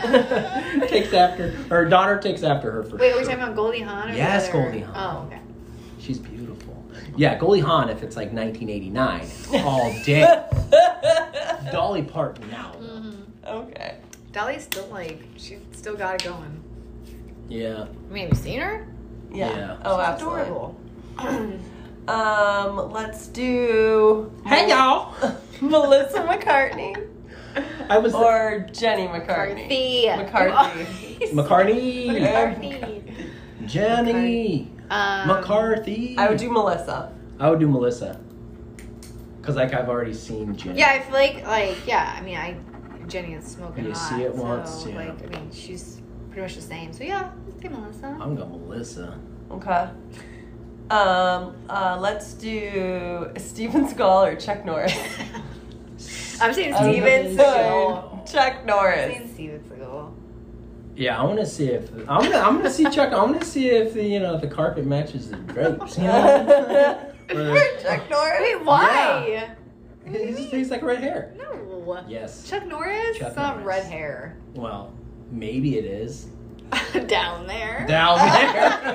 S2: takes after her daughter. Takes after her for
S1: Wait, are
S2: sure.
S1: we talking about Goldie Hawn? Or the
S2: Yes,
S1: other-
S2: Goldie Hawn.
S1: Oh, okay.
S2: She's beautiful. Yeah, Goldie Hawn. If it's like 1989, all day. Dolly Parton now.
S1: Mm-hmm.
S3: Mm-hmm. Okay.
S1: Dolly's still like she's still got it going.
S2: Yeah.
S1: I mean, have you seen her?
S3: Yeah.
S2: Yeah.
S3: Oh,
S1: She's
S3: absolutely.
S1: adorable.
S3: Um, let's do.
S2: Hey y'all.
S3: Melissa McCartney
S2: I was
S3: or Jenny McCartney.
S1: McCarthy.
S3: McCarthy.
S1: You are-
S2: McCartney.
S1: McCarthy.
S2: Jenny
S1: Um,
S2: McCarthy.
S3: I would do Melissa.
S2: I would do Melissa. Cause like I've already seen Jenny.
S1: Yeah, I feel like like yeah. I mean, I Jenny is smoking
S2: You
S1: hot.
S2: see it
S1: so,
S2: once, yeah.
S1: Like I mean, she's pretty much the same. So yeah, let's take Melissa.
S2: I'm going Melissa.
S3: Okay. Um, uh, let's do Steven Skull or Chuck Norris.
S1: I'm saying
S2: I'm
S1: Steven
S2: gonna
S1: Seagal.
S2: say-
S3: Chuck
S1: I'm
S3: Norris.
S1: saying Steven Seagal.
S2: Yeah, I want to see if I'm gonna I'm gonna see Chuck. I'm gonna see if the you know the carpet matches the drapes. You know?
S3: Or Chuck Norris.
S1: Wait, why?
S2: it just tastes like red hair.
S1: No.
S2: Yes.
S1: Chuck Norris.
S2: Chuck
S1: it's not
S2: Norris.
S1: red hair.
S2: Well, maybe it is
S1: Down there.
S2: down there.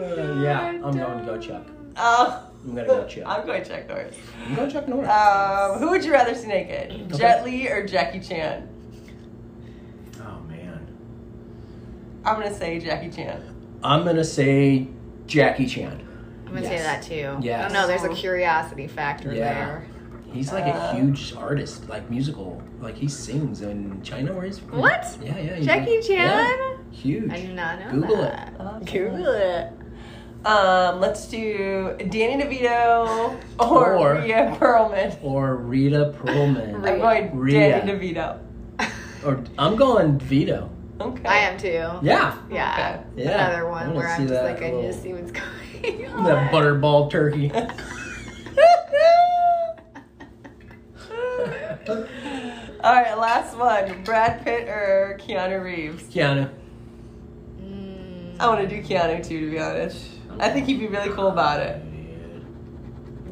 S2: yeah, I'm going to go Chuck.
S3: Oh,
S2: I'm gonna go Chuck.
S3: I'm going Chuck Norris.
S2: I'm going Chuck Norris.
S3: Um, who would you rather see naked?
S2: Okay.
S3: Jet Li or Jackie Chan?
S2: oh man.
S3: I'm gonna say Jackie Chan.
S2: I'm gonna say Jackie Chan.
S1: I'm gonna say
S2: Yes.
S1: that too. I
S2: Yes.
S1: don't know. There's a curiosity factor
S2: Yeah.
S1: there.
S2: He's like
S3: Uh,
S2: a huge artist, like musical. Like he sings in China where he's from.
S1: What?
S2: Yeah, yeah. he's-
S1: Jackie Chan.
S2: Yeah,
S1: I do
S2: huge.
S1: not know
S2: Google
S1: that.
S3: Okay.
S1: it.
S3: Um, let's do Danny DeVito or,
S2: Or-
S3: Rhea Perlman.
S2: Or Rita Perlman.
S1: Rita.
S3: I'm going
S2: Rhea.
S3: Danny DeVito.
S2: Or I'm going Vito.
S3: Okay.
S1: I am too.
S2: Yeah.
S1: Yeah.
S2: Yeah.
S1: Another
S2: I
S1: one
S2: wanna
S1: where I'm
S2: see
S1: just
S2: that
S1: like, I need to
S2: little-
S1: see what's going on.
S2: That butterball turkey.
S3: All right, last one. Brad Pitt or Keanu Reeves?
S2: Keanu.
S1: Mm,
S3: I want to do Keanu too, to be honest. I think he'd be really cool about it.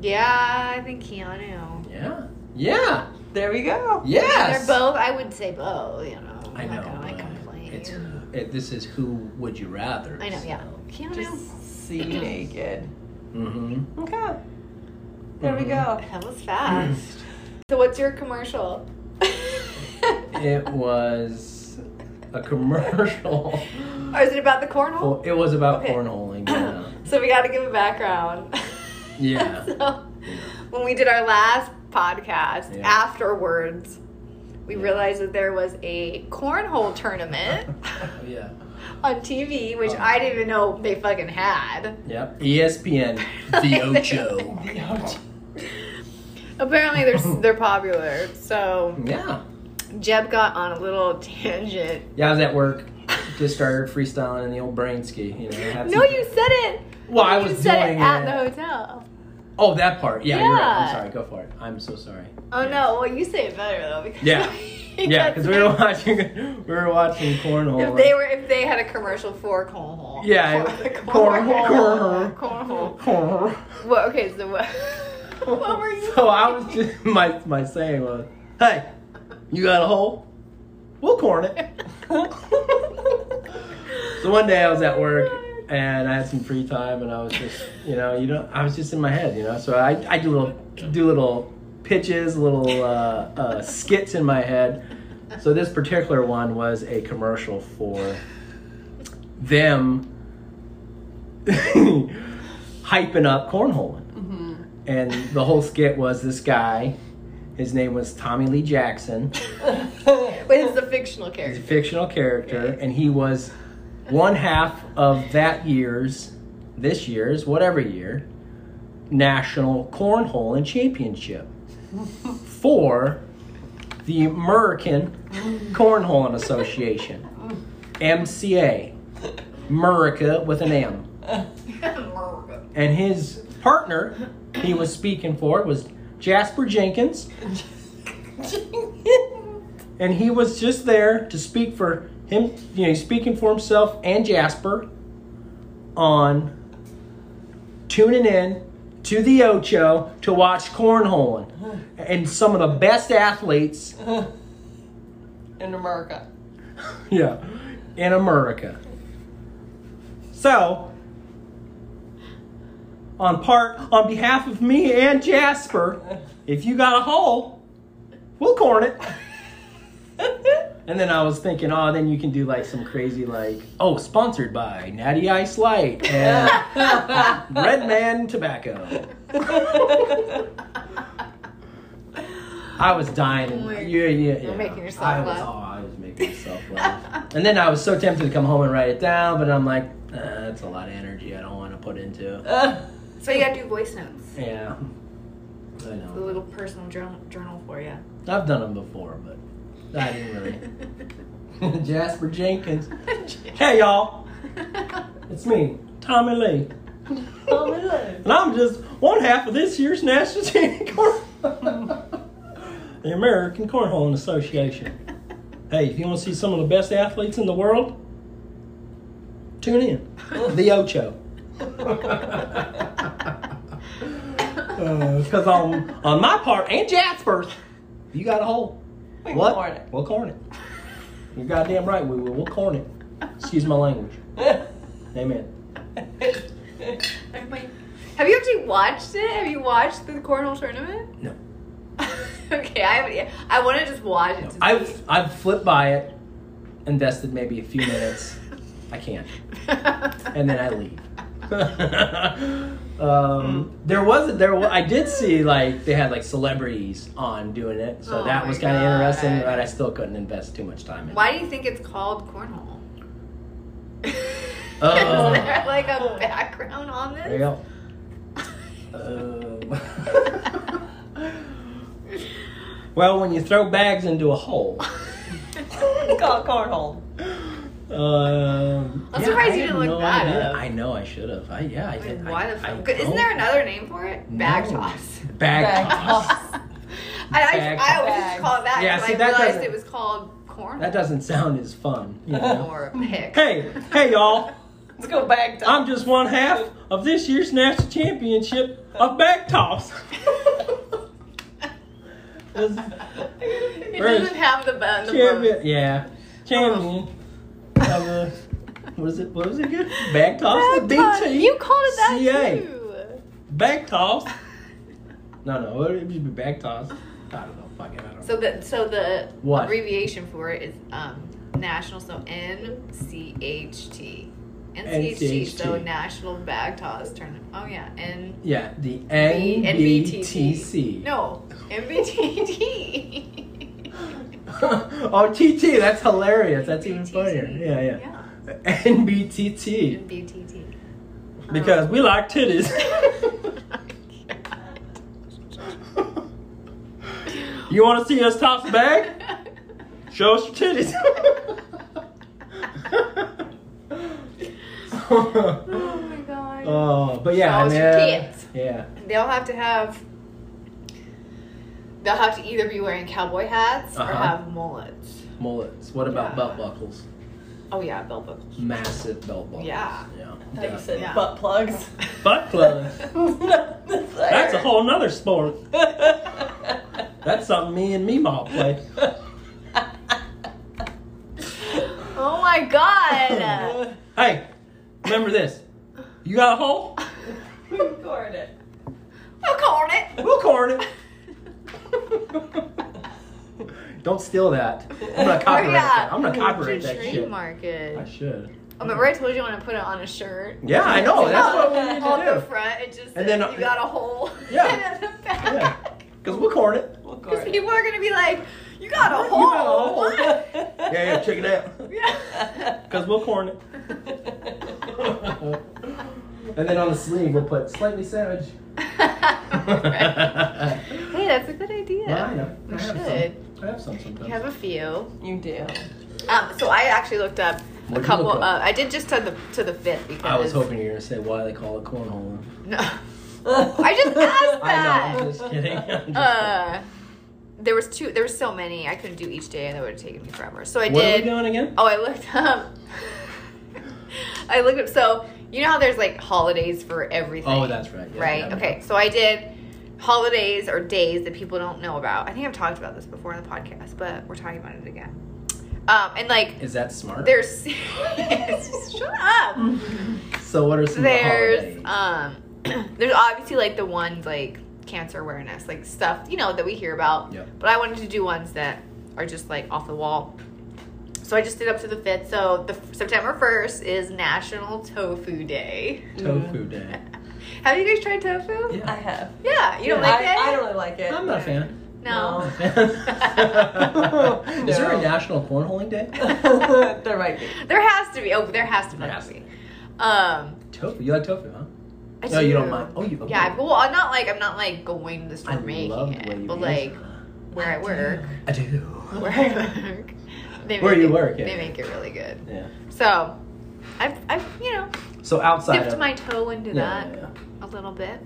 S1: yeah, I think Keanu.
S2: Yeah. Yeah.
S3: There we go.
S2: Yes.
S1: They're both. Oh I would say both. You know. I'm
S2: I
S1: not
S2: know.
S1: gonna, like,
S2: but
S1: complain.
S2: It's who- it, this is who would you rather?
S1: I know. Yeah. Keanu.
S3: Just see naked.
S2: Mm-hmm.
S3: Okay. There we
S2: Mhm.
S3: go.
S1: That was fast. so what's your commercial?
S2: It was a commercial.
S1: or is it about the cornhole?
S2: Well, it was about
S1: Okay.
S2: cornholing. Yeah.
S1: So we got to give a background.
S2: Yeah.
S1: so when we did our last podcast,
S2: Yeah.
S1: afterwards, we
S2: Yeah.
S1: realized that there was a cornhole tournament
S2: yeah.
S1: on TV, which
S2: Oh.
S1: I didn't even know they fucking had.
S2: Yep. E ESPN, the Ocho.
S1: Apparently, they're s- they're popular. So
S2: Yeah.
S1: Jeb got on a little tangent.
S2: Yeah, I was at work. Just started freestyling in the old brain ski. You know, I had
S1: No,
S2: some-
S1: you said it.
S2: Well, I
S1: you
S2: was
S1: said
S2: doing
S1: it at
S2: it.
S1: the hotel.
S2: Oh, that part. Yeah, you're right.
S1: Yeah.
S2: I'm sorry. Go for it. I'm so sorry.
S1: Oh
S2: Yeah.
S1: no! Well, you say it better though because
S2: Yeah.
S1: it
S2: Yeah,
S1: got
S2: because we were watching. We were watching cornhole.
S1: If they were, if they had a commercial for cornhole.
S2: Yeah,
S1: For-
S2: it- cornhole.
S1: cornhole. Cornhole.
S2: Cornhole.
S1: What? Okay, so what? what were you?
S2: So I was just my my saying was, "Hey, you got a hole? We'll corn it. So one day I was at work and I had some free time and I was just, you know, you know, I was just in my head, you know. So I, I do little do little pitches, little uh, uh, skits in my head. So this particular one was a commercial for them hyping up cornholing. And the whole skit was this guy, his name was Tommy Lee Jackson
S1: But it's a fictional
S2: a
S1: character.
S2: fictional character, and he was one half of that year's, this year's, whatever year, national cornhole and championship for the American Cornhole Association, MCA, America with an M and his partner he was speaking for was Jasper Jenkins. and he was just there to speak for him, you know, he's speaking for himself and Jasper on tuning in to the Ocho to watch cornholing and some of the best athletes
S3: in America.
S2: yeah, in America. So, on part on behalf of me and Jasper, if you got a hole, we'll corn it. and then I was thinking, oh, then you can do like some crazy like, oh, sponsored by Natty Ice Light and Red Man Tobacco. I was dying. yeah, yeah, yeah.
S1: making yourself
S2: I was,
S1: laugh.
S2: oh, I was making myself laugh. and then I was so tempted to come home and write it down, but I'm like, "Uh, that's a lot of energy I don't want to put into.
S1: Uh.
S2: it."
S1: So you gotta do voice notes.
S2: Yeah, I
S1: The
S2: know.
S1: little personal journal, journal for you.
S2: I've done them before, but I didn't really. Jasper Jenkins. Hey, y'all. It's me, Tommy Lee. And I'm just one half of this year's national champion, the American Cornhole Association. Hey, if you want to see some of the best athletes in the world, tune in. The Ocho. Oh. Because Uh, on, on my part and Jasper's, you got a hole.
S3: We
S2: What?
S3: corn it.
S2: We'll corn it. You're goddamn right we will. We'll corn it. Excuse my language. Amen.
S1: I'm like, have you actually watched it? Have you watched the cornhole tournament?
S2: No.
S1: okay, I haven't. Yet. I want to just watch it. To
S2: I've I've flipped by it, invested maybe a few minutes. I can't, and then I leave. um, there was there wa- I did see like they had like celebrities on doing it, so
S1: Oh
S2: that
S1: my
S2: was kind of
S1: God.
S2: interesting. But I still couldn't invest too much time in. it.
S1: Why do you think it's called cornhole?
S2: Oh.
S1: Is there like a background on this?
S2: Well, um, Uh, well, when you throw bags into a hole.
S3: Call it cornhole.
S2: Um,
S1: I'm surprised you
S2: had
S1: didn't look that
S2: idea.
S1: up.
S2: I know I should have. I yeah. I did.
S1: Like, why the
S2: I- I
S1: fuck? Isn't
S2: don't-
S1: there another name for it? Bag
S2: No.
S1: toss.
S2: Bag,
S3: Bag
S2: toss.
S3: toss.
S1: I, I,
S2: Bag
S1: I always
S3: toss.
S1: just call it that
S2: Yeah,
S1: because
S2: see,
S1: I
S2: that
S1: realized
S2: doesn't-
S1: it was called cornhole
S2: That doesn't sound as fun. You know?
S1: or pick.
S2: hey, hey, y'all!
S3: Let's go back to.
S2: I'm just one half of this year's national championship of bag toss. This
S1: it
S2: Where's-
S1: doesn't have the button.
S2: champion, yeah, champion. of the- what is it? What was it again? Bag toss. the BT.
S1: You called it that
S2: CA.
S1: too.
S2: Back toss. No, no, it would just be back toss. I don't know. Fuck it, I don't know.
S1: So the so the
S2: What?
S1: abbreviation for it is um national. So N C H T. NCHT,
S2: NCHT.
S1: so National Bag Toss Tournament. Oh yeah, N
S2: Yeah, the
S1: B-
S2: NBTC.
S1: No, NBTT.
S2: oh, TT, that's hilarious. That's even funnier. Yeah, yeah.
S1: Yeah,
S2: NBTT.
S1: NBTT.
S2: Because we like titties. you want to see us toss a bag? Show us your titties.
S1: Oh my god.
S2: oh, but yeah,
S1: Show us your
S2: man.
S1: tits.
S2: Yeah.
S1: they'll have to have. They'll have to either be wearing cowboy hats or
S2: Uh-huh.
S1: have mullets.
S2: Mullets. What about
S1: Yeah.
S2: belt buckles?
S1: Oh yeah, belt buckles.
S2: Massive belt buckles.
S1: Yeah.
S2: Yeah.
S3: Like you said,
S1: Yeah.
S3: butt plugs.
S2: Butt plugs. That's a whole nother sport.
S3: whole.
S2: That's something me and Meemaw play.
S1: uh,
S2: remember this. You got a hole?
S3: Record it.
S1: We'll call it.
S2: We'll corn it. Don't steal that. I'm gonna copyright that. I'm gonna copyright that shit.
S1: Trademark it.
S2: I should.
S1: Remember, I Oh, told you I want to put it on a shirt.
S2: Yeah, I know. That's what we
S1: on the
S2: need to
S1: front, it just
S2: And
S1: and
S2: then-
S1: then you got a hole.
S2: Yeah.
S1: and then the
S2: do. Yeah,
S1: back.
S2: because we'll corn it.
S3: We'll
S1: Because
S3: record it.
S1: people are gonna be like, "You got a
S2: You
S1: hole."
S2: got a hole.
S1: What?
S2: Yeah, yeah, check it out.
S1: Yeah.
S2: Because we'll corn it. and then on the sleeve, we'll put slightly savage.
S1: Right. Hey, that's a good idea.
S2: Well, I know.
S1: We
S2: I have
S1: should.
S2: some. I have some sometimes.
S1: You have a few.
S3: you do.
S1: Um, so I actually looked up
S2: What'd
S1: a
S2: you
S1: couple.
S2: look up?
S1: Uh, I did just to the to the fifth because
S2: I was hoping you were gonna say why they call it cornhole.
S1: No, I just asked
S2: I know.
S1: that.
S2: I'm just kidding. I'm just
S1: Uh, there was two. There were so many. I couldn't do each day, and that would have taken me forever. So I
S2: kidding. what are we
S1: did.
S2: doing again?
S1: Oh, I looked up. I looked up. So you know how there's like holidays for everything.
S2: Oh, that's right. yeah,
S1: right.
S2: yeah,
S1: okay. So I did holidays or days that people don't know about. I think I've talked about this before in the podcast, but we're talking about it again. Um, and like
S2: Is that smart?
S1: there's shut up.
S2: so what are some of the
S1: There's
S2: holidays?
S1: um there's obviously like the ones like cancer awareness, like stuff, you know, that we hear about.
S2: Yep.
S1: But I wanted to do ones that are just like off the wall. So I just did up to the 5th. So the September 1st is National Tofu Day.
S2: Tofu
S1: Mm.
S2: day.
S1: Have you guys tried tofu?
S3: I
S2: Yeah.
S3: have.
S1: Yeah, you don't
S3: I,
S1: like it?
S3: I don't really like it.
S2: I'm not a fan.
S1: no.
S2: Not a fan. Is there a
S3: No.
S2: national cornholing day?
S3: there might be.
S1: There has to be. Oh, there has to be.
S2: There has to
S1: Um
S2: Tofu. You like tofu, huh?
S1: I
S2: no, you don't
S1: do.
S2: mind. Oh, you. Okay.
S1: Yeah, I- well, I'm not like I'm not like going to the store
S2: I
S1: making
S2: love the way
S1: it,
S2: you
S1: but
S2: do
S1: like
S2: it.
S1: where I work,
S2: I do.
S1: where I work, they
S2: Where
S1: make
S2: you
S1: it-
S2: work, yeah.
S1: they make it really good.
S2: Yeah.
S1: So, I've, I've you know
S2: So outside
S1: dipped
S2: of
S1: my toe into
S2: yeah,
S1: that
S2: yeah,
S1: a little bit.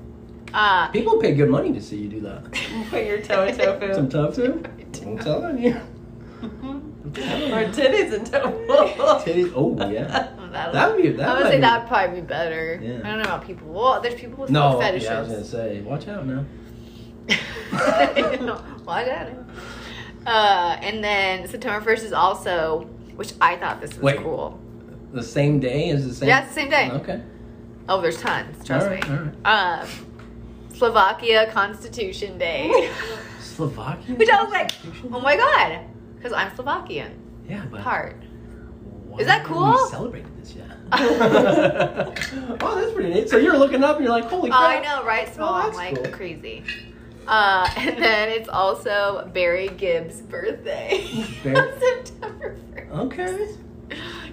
S1: Uh,
S2: yeah. people pay good money to see you do that.
S3: Put your toe in tofu.
S2: Some tofu. I'm telling you.
S3: or titties in tofu.
S2: Titty. Oh yeah.
S1: that'll-
S2: That would be. That
S1: I would
S2: might
S1: say
S2: be-
S1: that'd probably be better.
S2: Yeah.
S1: I don't know about people. Well, there's people with
S2: No.
S1: no, fetishes.
S2: Yeah, I was gonna say. Watch out now.
S1: Why not? Uh, and then September first is also, which I thought this was
S2: Wait.
S1: cool.
S2: The same day is the same.
S1: Yeah, it's the same day.
S2: Okay.
S1: Oh, there's tons. Trust
S2: All right,
S1: me.
S2: all right.
S1: Um, Slovakia Constitution
S2: Oh
S1: Day,
S2: Slovakia.
S1: which I was like, oh my god, because I'm Slovakian.
S2: Yeah, but
S1: Part.
S2: why
S1: Is that
S2: haven't
S1: cool?
S2: We celebrated this yet. oh, that's pretty neat. So you're looking up and you're like, holy crap.
S1: Oh, I know, right? Small,
S2: Oh,
S1: I'm
S2: that's
S1: like
S2: cool.
S1: crazy. Uh, and then it's also Barry Gibbs' birthday,
S2: Barry-
S1: on September 1st.
S2: Okay.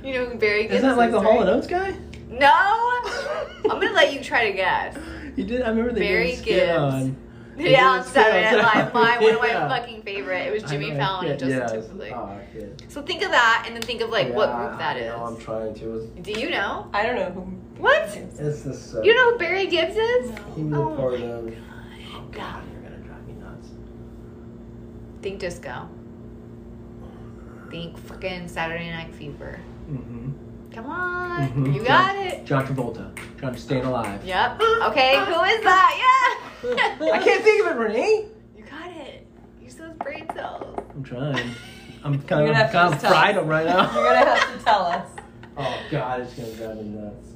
S1: You know who Barry Gibbs?
S2: Isn't that like
S1: is,
S2: the
S1: right?
S2: Hall and Oates guy?
S1: No, I'm gonna let you try to guess.
S2: You did. I remember they
S1: Barry
S2: did a skit
S1: Gibbs.
S2: on. They did
S1: Yeah, on
S2: a skit
S1: Saturday Night Live, my one of my
S2: Yeah.
S1: fucking favorite. It was
S2: I
S1: Jimmy
S2: know, I
S1: Fallon and
S2: kid-
S1: Justin
S2: yes.
S1: Timberlake.
S2: Oh, I kid.
S1: So think of that, and then think of like what
S2: Yeah,
S1: group that
S2: I
S1: is.
S2: know, I'm trying to. It's-
S1: Do you know?
S3: I don't know who.
S1: What?
S2: It's this. Uh,
S1: You know who Barry Gibbs is?
S2: He was
S1: Oh
S2: a part
S1: my
S2: of. Oh God, you're gonna drive me nuts.
S1: Think disco. Think fucking Saturday Night Fever.
S2: Mm-hmm.
S1: Come on,
S2: Mhm.
S1: you got it.
S2: John Travolta, trying to stand alive.
S1: Yep. Okay, who is that? Yeah.
S2: I can't think of it, Renee.
S1: You got it. Use those brain cells.
S2: I'm trying. I'm
S3: You're
S2: kind
S3: gonna
S2: of
S3: have to
S2: kind of
S3: just tell
S2: fried
S3: us.
S2: him right
S3: You're
S2: now.
S3: gonna have to tell us.
S2: oh God, it's gonna drive me nuts.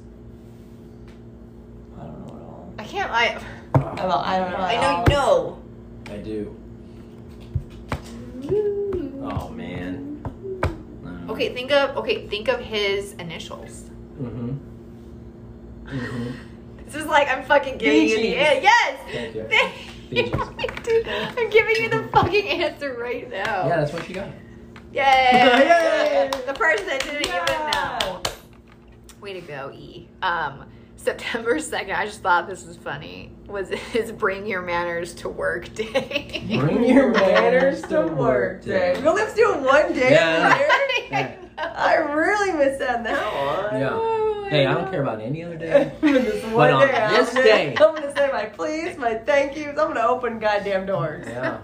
S3: I don't know at all.
S1: I can't. I.
S3: I'm all, I don't know.
S1: I
S3: at
S1: know
S3: all.
S1: you know.
S2: I do. Oh man.
S1: Okay, think of okay, think of his initials.
S2: Mm-hmm. Mm-hmm.
S1: This is like I'm fucking giving you
S3: Bee
S1: the
S3: Gees.
S1: answer. Yes.
S2: Thank you.
S1: Thank
S2: Bee Gees.
S1: you. Dude, I'm giving you the fucking answer right now.
S2: Yeah, that's what she got.
S1: Yay!
S2: Yay!
S1: The person that didn't even
S3: Yeah.
S1: know. Way to go, E. Um, September 2nd, I just thought this was funny, was his Bring Your Manners to Work day.
S2: Bring
S3: Your manners to work day. We only have to do it one day
S2: Yeah.
S3: a year.
S1: I know.
S3: I really missed out that one.
S2: Yeah.
S1: Oh,
S2: Hey, I don't care about any other day.
S3: this one
S2: But on
S3: day, I'm
S2: this
S3: gonna-
S2: day-
S3: I'm gonna say my please, my thank yous. I'm gonna open goddamn doors.
S2: Yeah.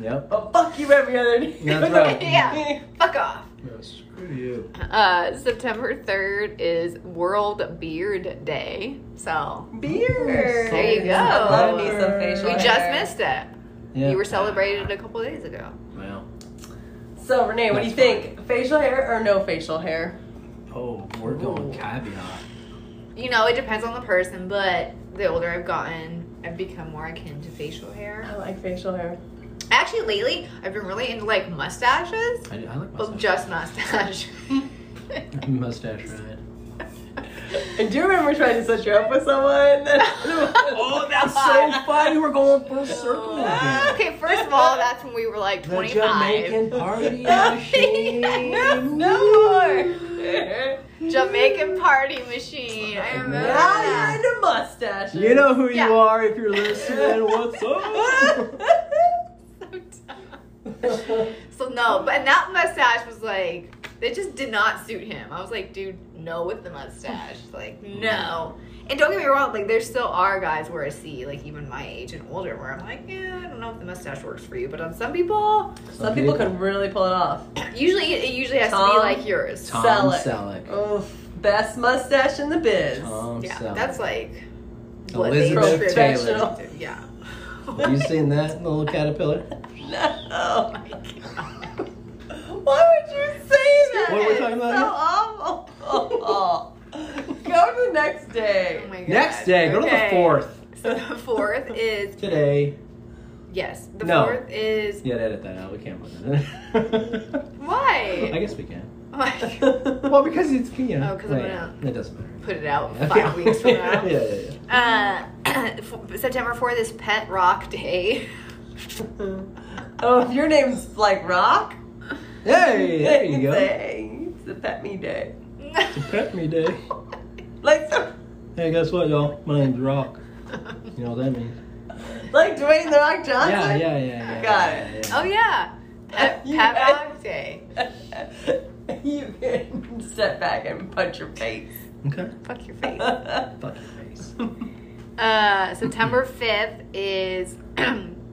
S2: Yep.
S3: But fuck you every other day.
S2: That's right.
S1: Yeah. Fuck off.
S2: No, screw you.
S1: Uh, September 3rd is World Beard Day. So
S3: Beer.
S1: There you go.
S3: I love me some facial
S1: we
S3: hair.
S1: just missed it.
S2: Yeah.
S1: You were celebrated a couple days ago.
S2: Well.
S3: So Renee, what do you
S2: That's
S3: think? Facial hair or no facial hair?
S2: Oh, we're going caveat.
S1: You know, it depends on the person, but the older I've gotten, I've become more akin to facial hair.
S3: I like facial hair.
S1: Actually, lately, I've been really into like mustaches,
S2: I, I like
S1: but
S2: mustache.
S1: just mustache.
S2: mustache, right?
S3: I do remember trying to set you up with someone.
S2: oh, that's so funny. We're going full circle again.
S1: Oh, okay, first of all, that's when we were like
S2: The
S1: 25.
S2: Jamaican party machine.
S3: no
S1: Jamaican, party machine. I remember.
S3: Now
S1: that.
S3: you're into mustaches.
S2: You know who
S1: Yeah.
S2: you are if you're listening. What's up?
S1: So no, but that mustache was like it just did not suit him. I was like, dude, no with the mustache. Like, no. And don't get me wrong, like there still are guys where I see, like even my age and older, where I'm like, yeah, I don't know if the mustache works for you, but on some people,
S3: Some people can really pull it off.
S1: usually it usually has to
S3: Tom.
S1: be like yours.
S2: Tom
S3: Selleck.
S2: Selleck.
S3: Oh, best mustache in the biz.
S2: Tom
S1: yeah,
S2: Selleck.
S1: that's like they
S2: Elizabeth
S1: attribute-
S2: Taylor.
S1: Yeah.
S2: Have you seen that in the little caterpillar?
S3: No.
S1: Oh God.
S3: Why would you say that?
S2: What were we talking about
S3: It's So awful. Go to the next day.
S1: Oh my God.
S2: Next day, go to the
S1: Okay.
S2: fourth.
S1: So the fourth is
S2: Today.
S1: yes. The
S2: No.
S1: fourth is
S2: Yeah, edit that out. We can't put that in. I
S1: why?
S2: guess we can.
S1: Like,
S2: Well, because it's you know.
S1: Oh, 'cause I'm
S2: wait,
S1: gonna-
S2: It doesn't matter.
S1: put it out
S2: Yeah.
S1: five weeks from now.
S2: yeah, yeah,
S1: Uh, f- September 4th is Pet Rock Day.
S3: oh, if your name's like Rock.
S2: yeah. Hey, there you go.
S3: Dang, it's the pet me day.
S2: Pet me day.
S3: Like, so,
S2: Hey, guess what, y'all? My name's Rock. You know what that means?
S3: like Dwayne the Rock Johnson.
S2: Yeah, yeah, yeah, yeah.
S3: Got
S2: yeah,
S3: it.
S2: yeah.
S1: oh, yeah. Pet,
S3: You
S1: Pet
S3: guys-
S1: Rock Day.
S3: you can step back and punch your face.
S2: Okay.
S1: Fuck your face.
S3: Fuck
S2: Fuck your face.
S1: Uh, September 5th is,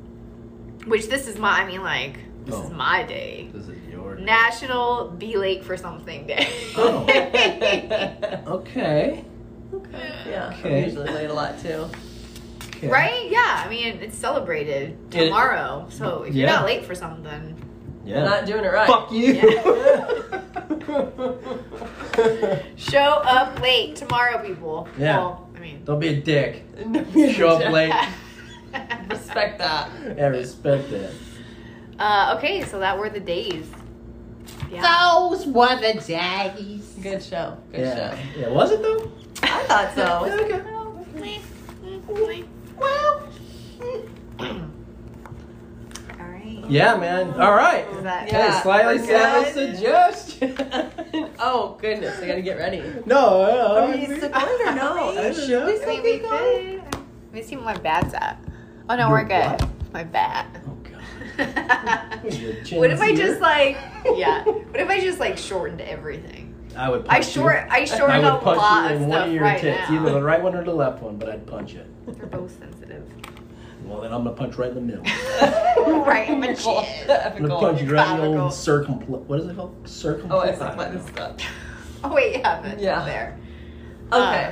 S1: which this is my, I mean, like, this
S2: Oh.
S1: is my day.
S2: This is your.
S1: National Be Late for Something Day.
S2: Oh.
S3: okay.
S2: Okay.
S3: Yeah,
S2: Okay.
S3: I'm usually late a lot too.
S2: okay.
S1: Right? Yeah. I mean, it's celebrated
S2: It-
S1: tomorrow. so if you're
S2: Yeah.
S1: not late for something,
S2: Yeah.
S3: Not doing it right.
S2: Fuck you.
S1: show up late tomorrow, people.
S2: Yeah.
S1: Well, I mean,
S2: Don't be a dick. Show up late.
S3: Respect that.
S2: I respect that.
S1: Uh, okay, so that were the days. Yeah.
S3: Those were the days. Good show. Good
S2: Yeah.
S3: show.
S2: Yeah. Was it though?
S3: I thought so.
S2: Okay.
S3: well,
S1: All right.
S2: Yeah, man. All right.
S1: Is that
S3: Yeah.
S2: Hey, slightly
S3: we're
S2: savage
S3: good.
S2: suggestion.
S3: oh goodness, I gotta get ready.
S2: No. Uh,
S3: Are we still going or no?
S2: I don't
S3: Should we
S2: know.
S1: I mean,
S3: still
S1: we
S3: keep going?
S1: could. Let me see where my bat's at. Oh no, we're
S2: Your
S1: good. My bat.
S2: Oh god. Your
S1: what if I
S2: chin's
S1: just
S2: here.
S1: like yeah? What if I just like shortened everything?
S2: I would.
S1: I
S2: punch you.
S1: short I
S2: I
S1: shortened a
S2: would punch
S1: lot
S2: you
S1: of
S2: in one
S1: stuff
S2: of your
S1: right
S2: tits, either
S1: now.
S2: the right one or the left one, but I'd punch it.
S1: They're both sensitive.
S2: Well, then I'm gonna punch right in the middle.
S1: right in my
S3: Epical.
S1: chin.
S2: I'm gonna punch you right
S3: Epical.
S2: in the
S1: Clavicle.
S2: old circumflex. What is it called? Circumflex.
S3: Oh, I
S2: don't
S3: suck my
S2: know.
S3: this stuff.
S1: Oh wait, yeah, that's
S3: Yeah.
S1: there.
S3: Okay.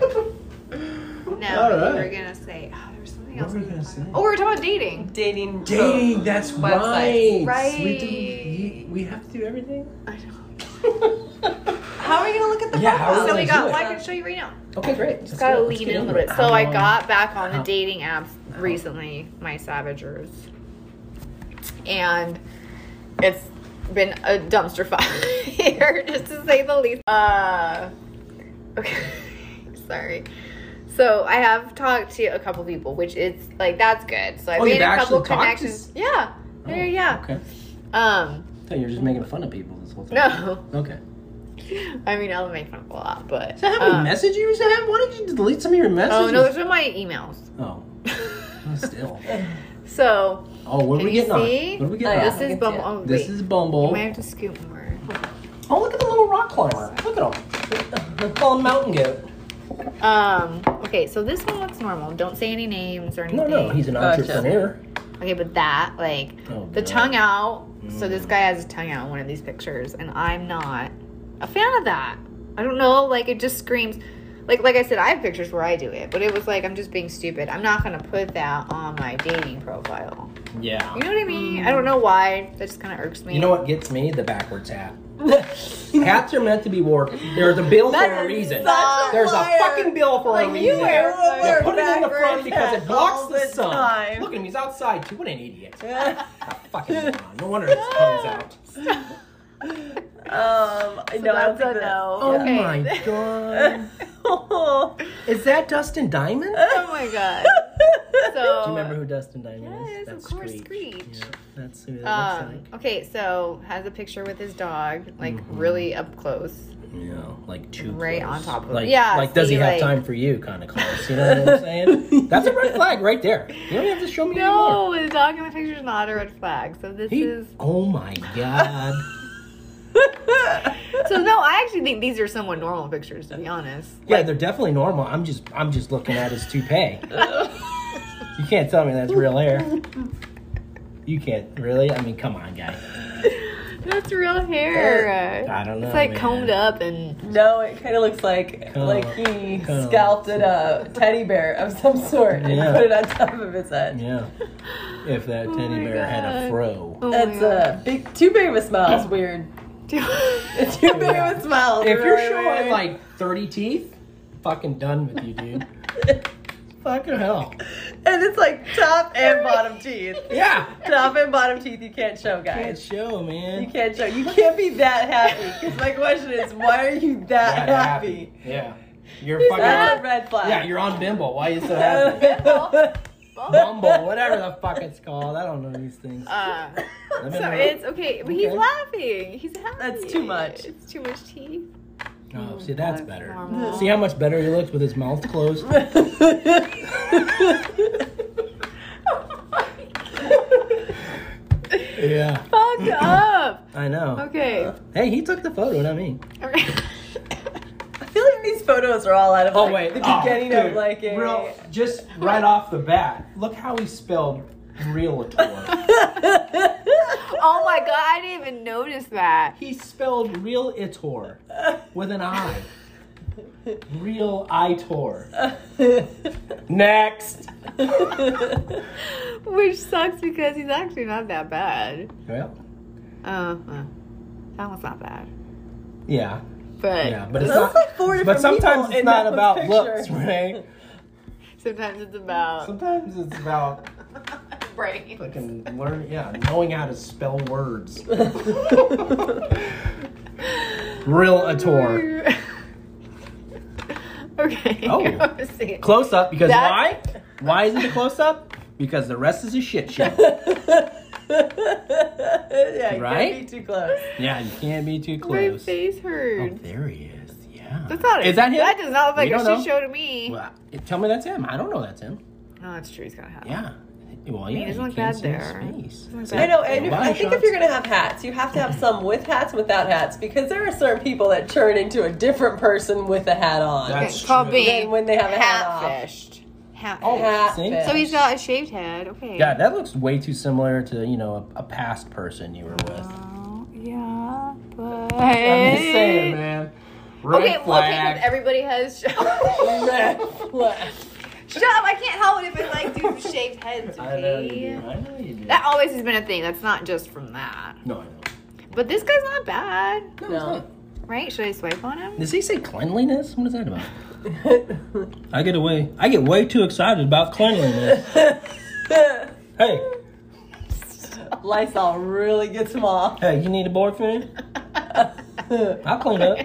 S1: Now
S2: All
S1: we were
S2: right.
S1: gonna say oh, there was something
S2: What
S1: else.
S2: were
S1: we
S2: we
S1: were
S2: gonna
S1: talking
S2: say?
S1: about. Oh, we were talking about dating.
S3: dating.
S2: Dating. That's
S3: Websites.
S2: right. We do.
S1: Right.
S2: You, we have to do everything.
S1: I know.
S3: How are you gonna look at the
S2: Yeah, how are
S3: profile?
S2: we
S1: So we got.
S2: gonna do it?
S1: Well, I can show you right now.
S2: Okay, great.
S1: Just gotta lean in a little bit. So I got back on the dating apps recently, my Savagers, and it's been a dumpster fire, just to say the least. Uh, okay, sorry. So I have talked to a couple people, which is like that's good. So I
S2: Oh,
S1: made
S2: you've
S1: a couple
S2: actually talked to
S1: connections.
S2: s- Oh,
S1: Yeah, yeah, yeah.
S2: Okay.
S1: Um,
S2: I thought you were just making fun of people this whole time.
S1: no,
S2: Okay.
S1: I mean I'll make fun of a lot, but
S2: So how many
S1: um,
S2: messages you used to have? Why did you delete some of your
S1: oh
S2: messages?
S1: no, those are my emails.
S2: Oh. Still.
S1: So.
S2: Oh, what are
S1: Can
S2: we
S1: you
S2: getting on?
S1: see?
S2: What are we getting
S3: Oh, yeah.
S1: This
S2: on?
S1: is
S3: can
S1: Bumble.
S3: see it.
S1: Oh, wait.
S2: This is
S1: You
S2: Bumble.
S1: might have to scoot more.
S2: Oh, look at the little rock climber. Look at him. They're calling Mountain Goat.
S1: Um. Okay, so this one looks normal. Don't say any names or anything.
S2: No, no, he's an
S3: Gotcha.
S2: entrepreneur.
S1: okay, but that like
S2: Oh, Mm.
S1: the
S2: God.
S1: tongue out. So this guy has his tongue out in one of these pictures, and I'm not a fan of that. I don't know. Like it just screams. Like like I said, I have pictures where I do it, but it was like I'm just being stupid. I'm not gonna put that on my dating profile.
S2: Yeah.
S1: You know what I mean? I don't know why. That just kind of irks me.
S2: Mm. You know what gets me? The backwards hat. Hats are meant to be worn. There's a bill for a reason.
S3: such a
S2: There's
S3: liar.
S2: a fucking bill for a
S3: Like
S2: reason.
S3: you wear a
S2: They
S3: wear
S2: put it in the front
S3: backwards
S2: because it
S3: hat
S2: blocks
S3: all
S2: the,
S3: the
S2: sun.
S3: time.
S2: Look at him, he's outside too. What an idiot. A fucking moron. No wonder his tongue's out.
S3: Um, no, I don't think
S1: that's a no.
S2: Oh
S1: Okay.
S2: my god.
S3: Oh.
S2: Is that Dustin Diamond?
S1: Oh my god. So
S2: Do you remember who Dustin Diamond
S1: Oh, Yes,
S2: is?
S1: of course, Screech.
S2: Yeah, that's who it
S1: um,
S2: looks like.
S1: okay, so has a picture with his dog, like
S2: Mm-hmm.
S1: really up close.
S2: Yeah, like two.
S1: Right on top of-
S2: like,
S1: Yeah,
S2: Like, does he
S1: see,
S2: have
S1: like-
S2: time for you? Kind of close. You know what I'm saying? That's a red flag right there. You don't have to show me anymore.
S1: No, the dog in the picture is not a red flag. So this
S2: He-
S1: is
S2: oh my god.
S1: so no. I actually think these are somewhat normal pictures, to be honest.
S2: Yeah, they're definitely normal. I'm just, I'm just looking at his toupee. you can't tell me that's real hair. You can't really. I mean, come on, guy.
S1: That's real hair.
S2: I don't know.
S1: uh, It's like
S2: man.
S1: combed up and
S3: No, it kind of looks like
S2: Kinda
S3: like
S2: look-
S3: he
S2: kinda look-
S3: sculpted a teddy bear of some sort and
S2: Yeah.
S3: put it on top of his head.
S2: Yeah. If that teddy
S1: Oh my
S2: bear had a
S1: God.
S2: fro.
S1: oh my
S3: That's
S2: uh,
S3: a big, too big of a smile. It's weird.
S1: God.
S3: Too big of a smile. is
S2: If you're
S3: really
S2: showing
S3: weird.
S2: like 30 teeth, fucking done with you, dude. fucking hell.
S3: and it's like top and bottom teeth,
S2: Yeah.
S3: top and bottom teeth, you can't show,
S2: Good
S3: guys.
S2: show,
S3: You
S2: man.
S3: can't show. You can't be that happy. Because my question is, why are you
S2: That
S3: that, happy?
S2: Yeah. You're fucking.
S3: That's a red flag.
S2: yeah, you're on Bimbo. Why are you so happy? Bumble, whatever the fuck it's called. I don't know these things.
S1: Uh,
S2: Let me
S1: so
S2: know.
S1: it's okay, but he's
S2: Okay.
S1: laughing. He's happy.
S3: That's too much.
S1: It's too much teeth.
S2: Oh, see, that's better.
S1: normal.
S2: See how much better he looks with his mouth closed? yeah.
S1: Fucked up.
S2: I know.
S1: Okay.
S2: Hey, he took the photo, not me.
S1: All right.
S3: I feel like these photos are all out of.
S2: Oh
S3: like,
S2: wait,
S3: the
S2: oh,
S3: beginning
S2: dude,
S3: of like a.
S2: real. Just right off the bat, look how he spelled realtor.
S1: oh my god, I didn't even notice that.
S2: he spelled real itor with an I. Real itor. Next.
S1: Which sucks because he's actually not that bad.
S2: Well,
S1: Uh, uh, that one's not bad.
S2: yeah,
S1: But
S2: yeah, but it's
S3: Those
S2: not.
S3: like four different
S2: But sometimes
S3: people
S2: it's
S3: in
S2: not
S3: that
S2: about
S3: picture.
S2: looks, right?
S1: sometimes it's about
S2: Sometimes it's about
S1: brain.
S2: fucking learn, yeah, knowing how to spell words. real itor.
S1: okay.
S2: Oh.
S1: go see it.
S2: Close up because
S1: That's-
S2: why? Why is it a close up? Because the rest is a shit show.
S3: yeah, you
S2: Right?
S3: can't be too close.
S2: Yeah, you can't be
S1: My
S2: too close.
S1: face
S2: Oh,
S1: hurt.
S2: there he is. Yeah.
S1: That's not
S2: Is that him?
S1: That does not look
S2: We
S1: like a
S2: don't know.
S1: shit show to me.
S2: Well, I- tell me that's him. I don't know that's him.
S1: No, that's true. He's got a hat.
S2: Yeah. Well,
S1: he
S2: yeah.
S1: doesn't
S2: you
S1: look
S2: can't
S1: bad
S2: see his
S1: there.
S2: face.
S1: Doesn't look
S2: See?
S1: bad.
S3: I know, and if,
S2: Body
S3: I think if
S2: shots.
S3: you're gonna have hats, you have to have some with hats, without hats, because there are certain people that turn into a different person with a hat on.
S2: That's-
S1: It's called
S2: true.
S1: being
S3: Then when they have a hat off.
S1: hatfished. Hat.
S3: Hat
S2: Oh, see?
S3: fit.
S1: So he's got a shaved head. Okay.
S2: Yeah, that looks way too similar to you know a, a past person you were with.
S1: Oh, yeah, but
S2: I'm just saying, man. Red
S1: Okay, well, okay, 'cause
S2: flag.
S1: everybody has. Shut up!
S3: Red flag.
S1: I can't help it if I like dudes with shaved heads.
S2: I know you
S1: Okay.
S2: do. I know you do.
S1: That always has been a thing. That's not just from that.
S2: No, I know.
S1: But this guy's not bad,
S2: No,
S3: No.
S2: it's not.
S1: right? Should I swipe on him?
S2: Does he say cleanliness? What is that about? I get away. I get way too excited about cleanliness. hey,
S3: Lysol really gets them off.
S2: hey, you need a boyfriend? I'll clean up.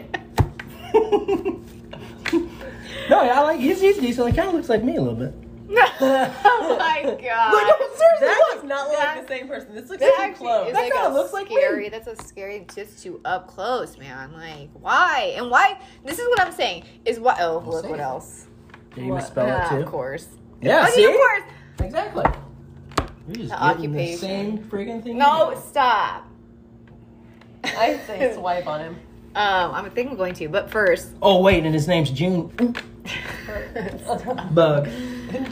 S2: no, I like he's, he's decent. He kind of looks like me a little bit.
S1: oh my god.
S2: seriously,
S3: That does not look like
S1: that-
S3: the same person. This looks
S1: That
S3: too
S1: actually
S3: close.
S1: is
S2: That
S1: like
S2: kinda
S1: a
S2: looks like
S1: scary. that's a scary just too up close, man. Like why and why? This is what I'm saying. Is why? Oh, look what else?
S2: Did he misspell
S1: Ah,
S2: it
S1: of
S2: too?
S1: course.
S2: Yeah,
S1: Fucking
S2: see?
S1: of course.
S2: Exactly. You're just
S1: The
S2: getting the
S1: occupation.
S2: same freaking thing.
S1: No, stop.
S3: I say swipe on him.
S1: Um, I'm thinking I'm going to, but first,
S2: Oh wait, and his name's June Bug.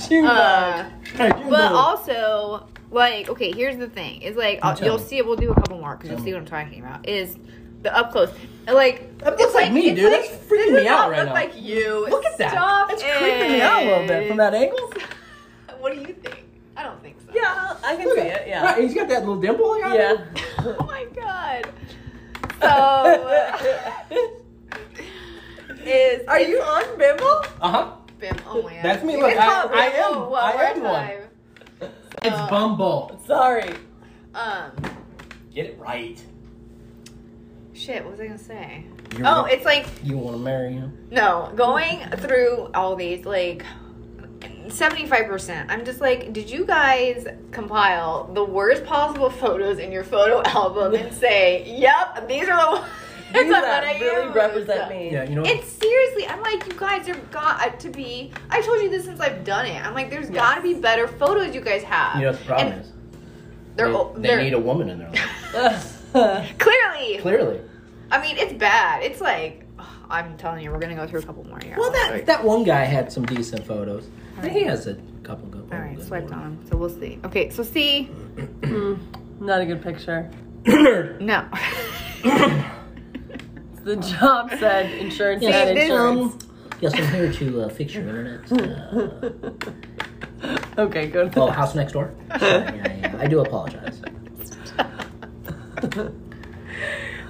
S3: Too
S1: uh,
S2: Hey, June
S1: but
S2: Bug.
S1: also like okay, here's the thing: is like I'll,
S2: tell
S1: you'll
S2: me.
S1: see it. We'll do a couple more because
S2: Tell
S1: you'll
S2: me.
S1: see what I'm talking about. Is The up close. Like
S2: That looks
S1: it's
S2: like me,
S1: it's
S2: dude. That's freaking
S1: this
S2: me
S1: does
S2: out
S1: not
S2: right
S1: look
S2: now.
S1: Like you.
S2: Look at that.
S1: Stop
S2: That's creeping me out a little bit from that
S1: it.
S2: angle.
S1: What do you think? I don't think so.
S3: Yeah, I can
S2: Look
S3: see
S2: at-
S3: it. Yeah.
S2: Right, he's got that little dimple. I got
S3: Yeah.
S1: Oh my god. So is
S3: Are you on Bimble?
S2: Uh huh.
S1: Bim? Oh my god. Oh,
S2: That's me.
S1: You
S2: Look,
S1: can
S2: I-
S1: call
S2: I
S1: Bim
S2: am-
S1: one
S2: I
S1: more
S2: am one.
S1: time. Uh,
S2: It's Bumble.
S3: Sorry.
S1: Um.
S2: Get it right.
S1: Shit. What was I gonna say?
S2: You're
S1: Oh,
S2: gonna-
S1: it's like
S2: you want to marry him?
S1: No, going through all these, like 75%, I'm just like, did you guys compile the worst possible photos in your photo album and say, yep, these are the ones
S3: These
S1: I'm
S3: that
S1: gonna
S3: really
S1: use?
S3: represent me.
S2: Yeah, you know.
S1: It's seriously, I'm like, you guys have got to be. I told you this since I've done it. I'm like, there's got to be better photos you guys have.
S2: you know what the problem
S1: And
S2: is.
S1: They're, o-
S2: they,
S1: they're
S2: they need a woman in their life.
S1: clearly.
S2: Clearly.
S1: I mean, it's bad. It's like, I'm telling you, we're gonna go through a couple more here.
S2: Well, that that one guy had some decent photos. He has a couple good.
S1: All right,
S2: good
S1: swiped
S2: ones.
S1: on him. So we'll see. Okay, so see,
S3: Not a good picture.
S1: no.
S3: The job said insurance
S1: See,
S3: had
S1: this-
S3: insurance.
S2: Yes, I'm here to uh, fix your internet. Uh,
S3: okay, go to the
S2: oh, house next door. Sorry, I, I do apologize.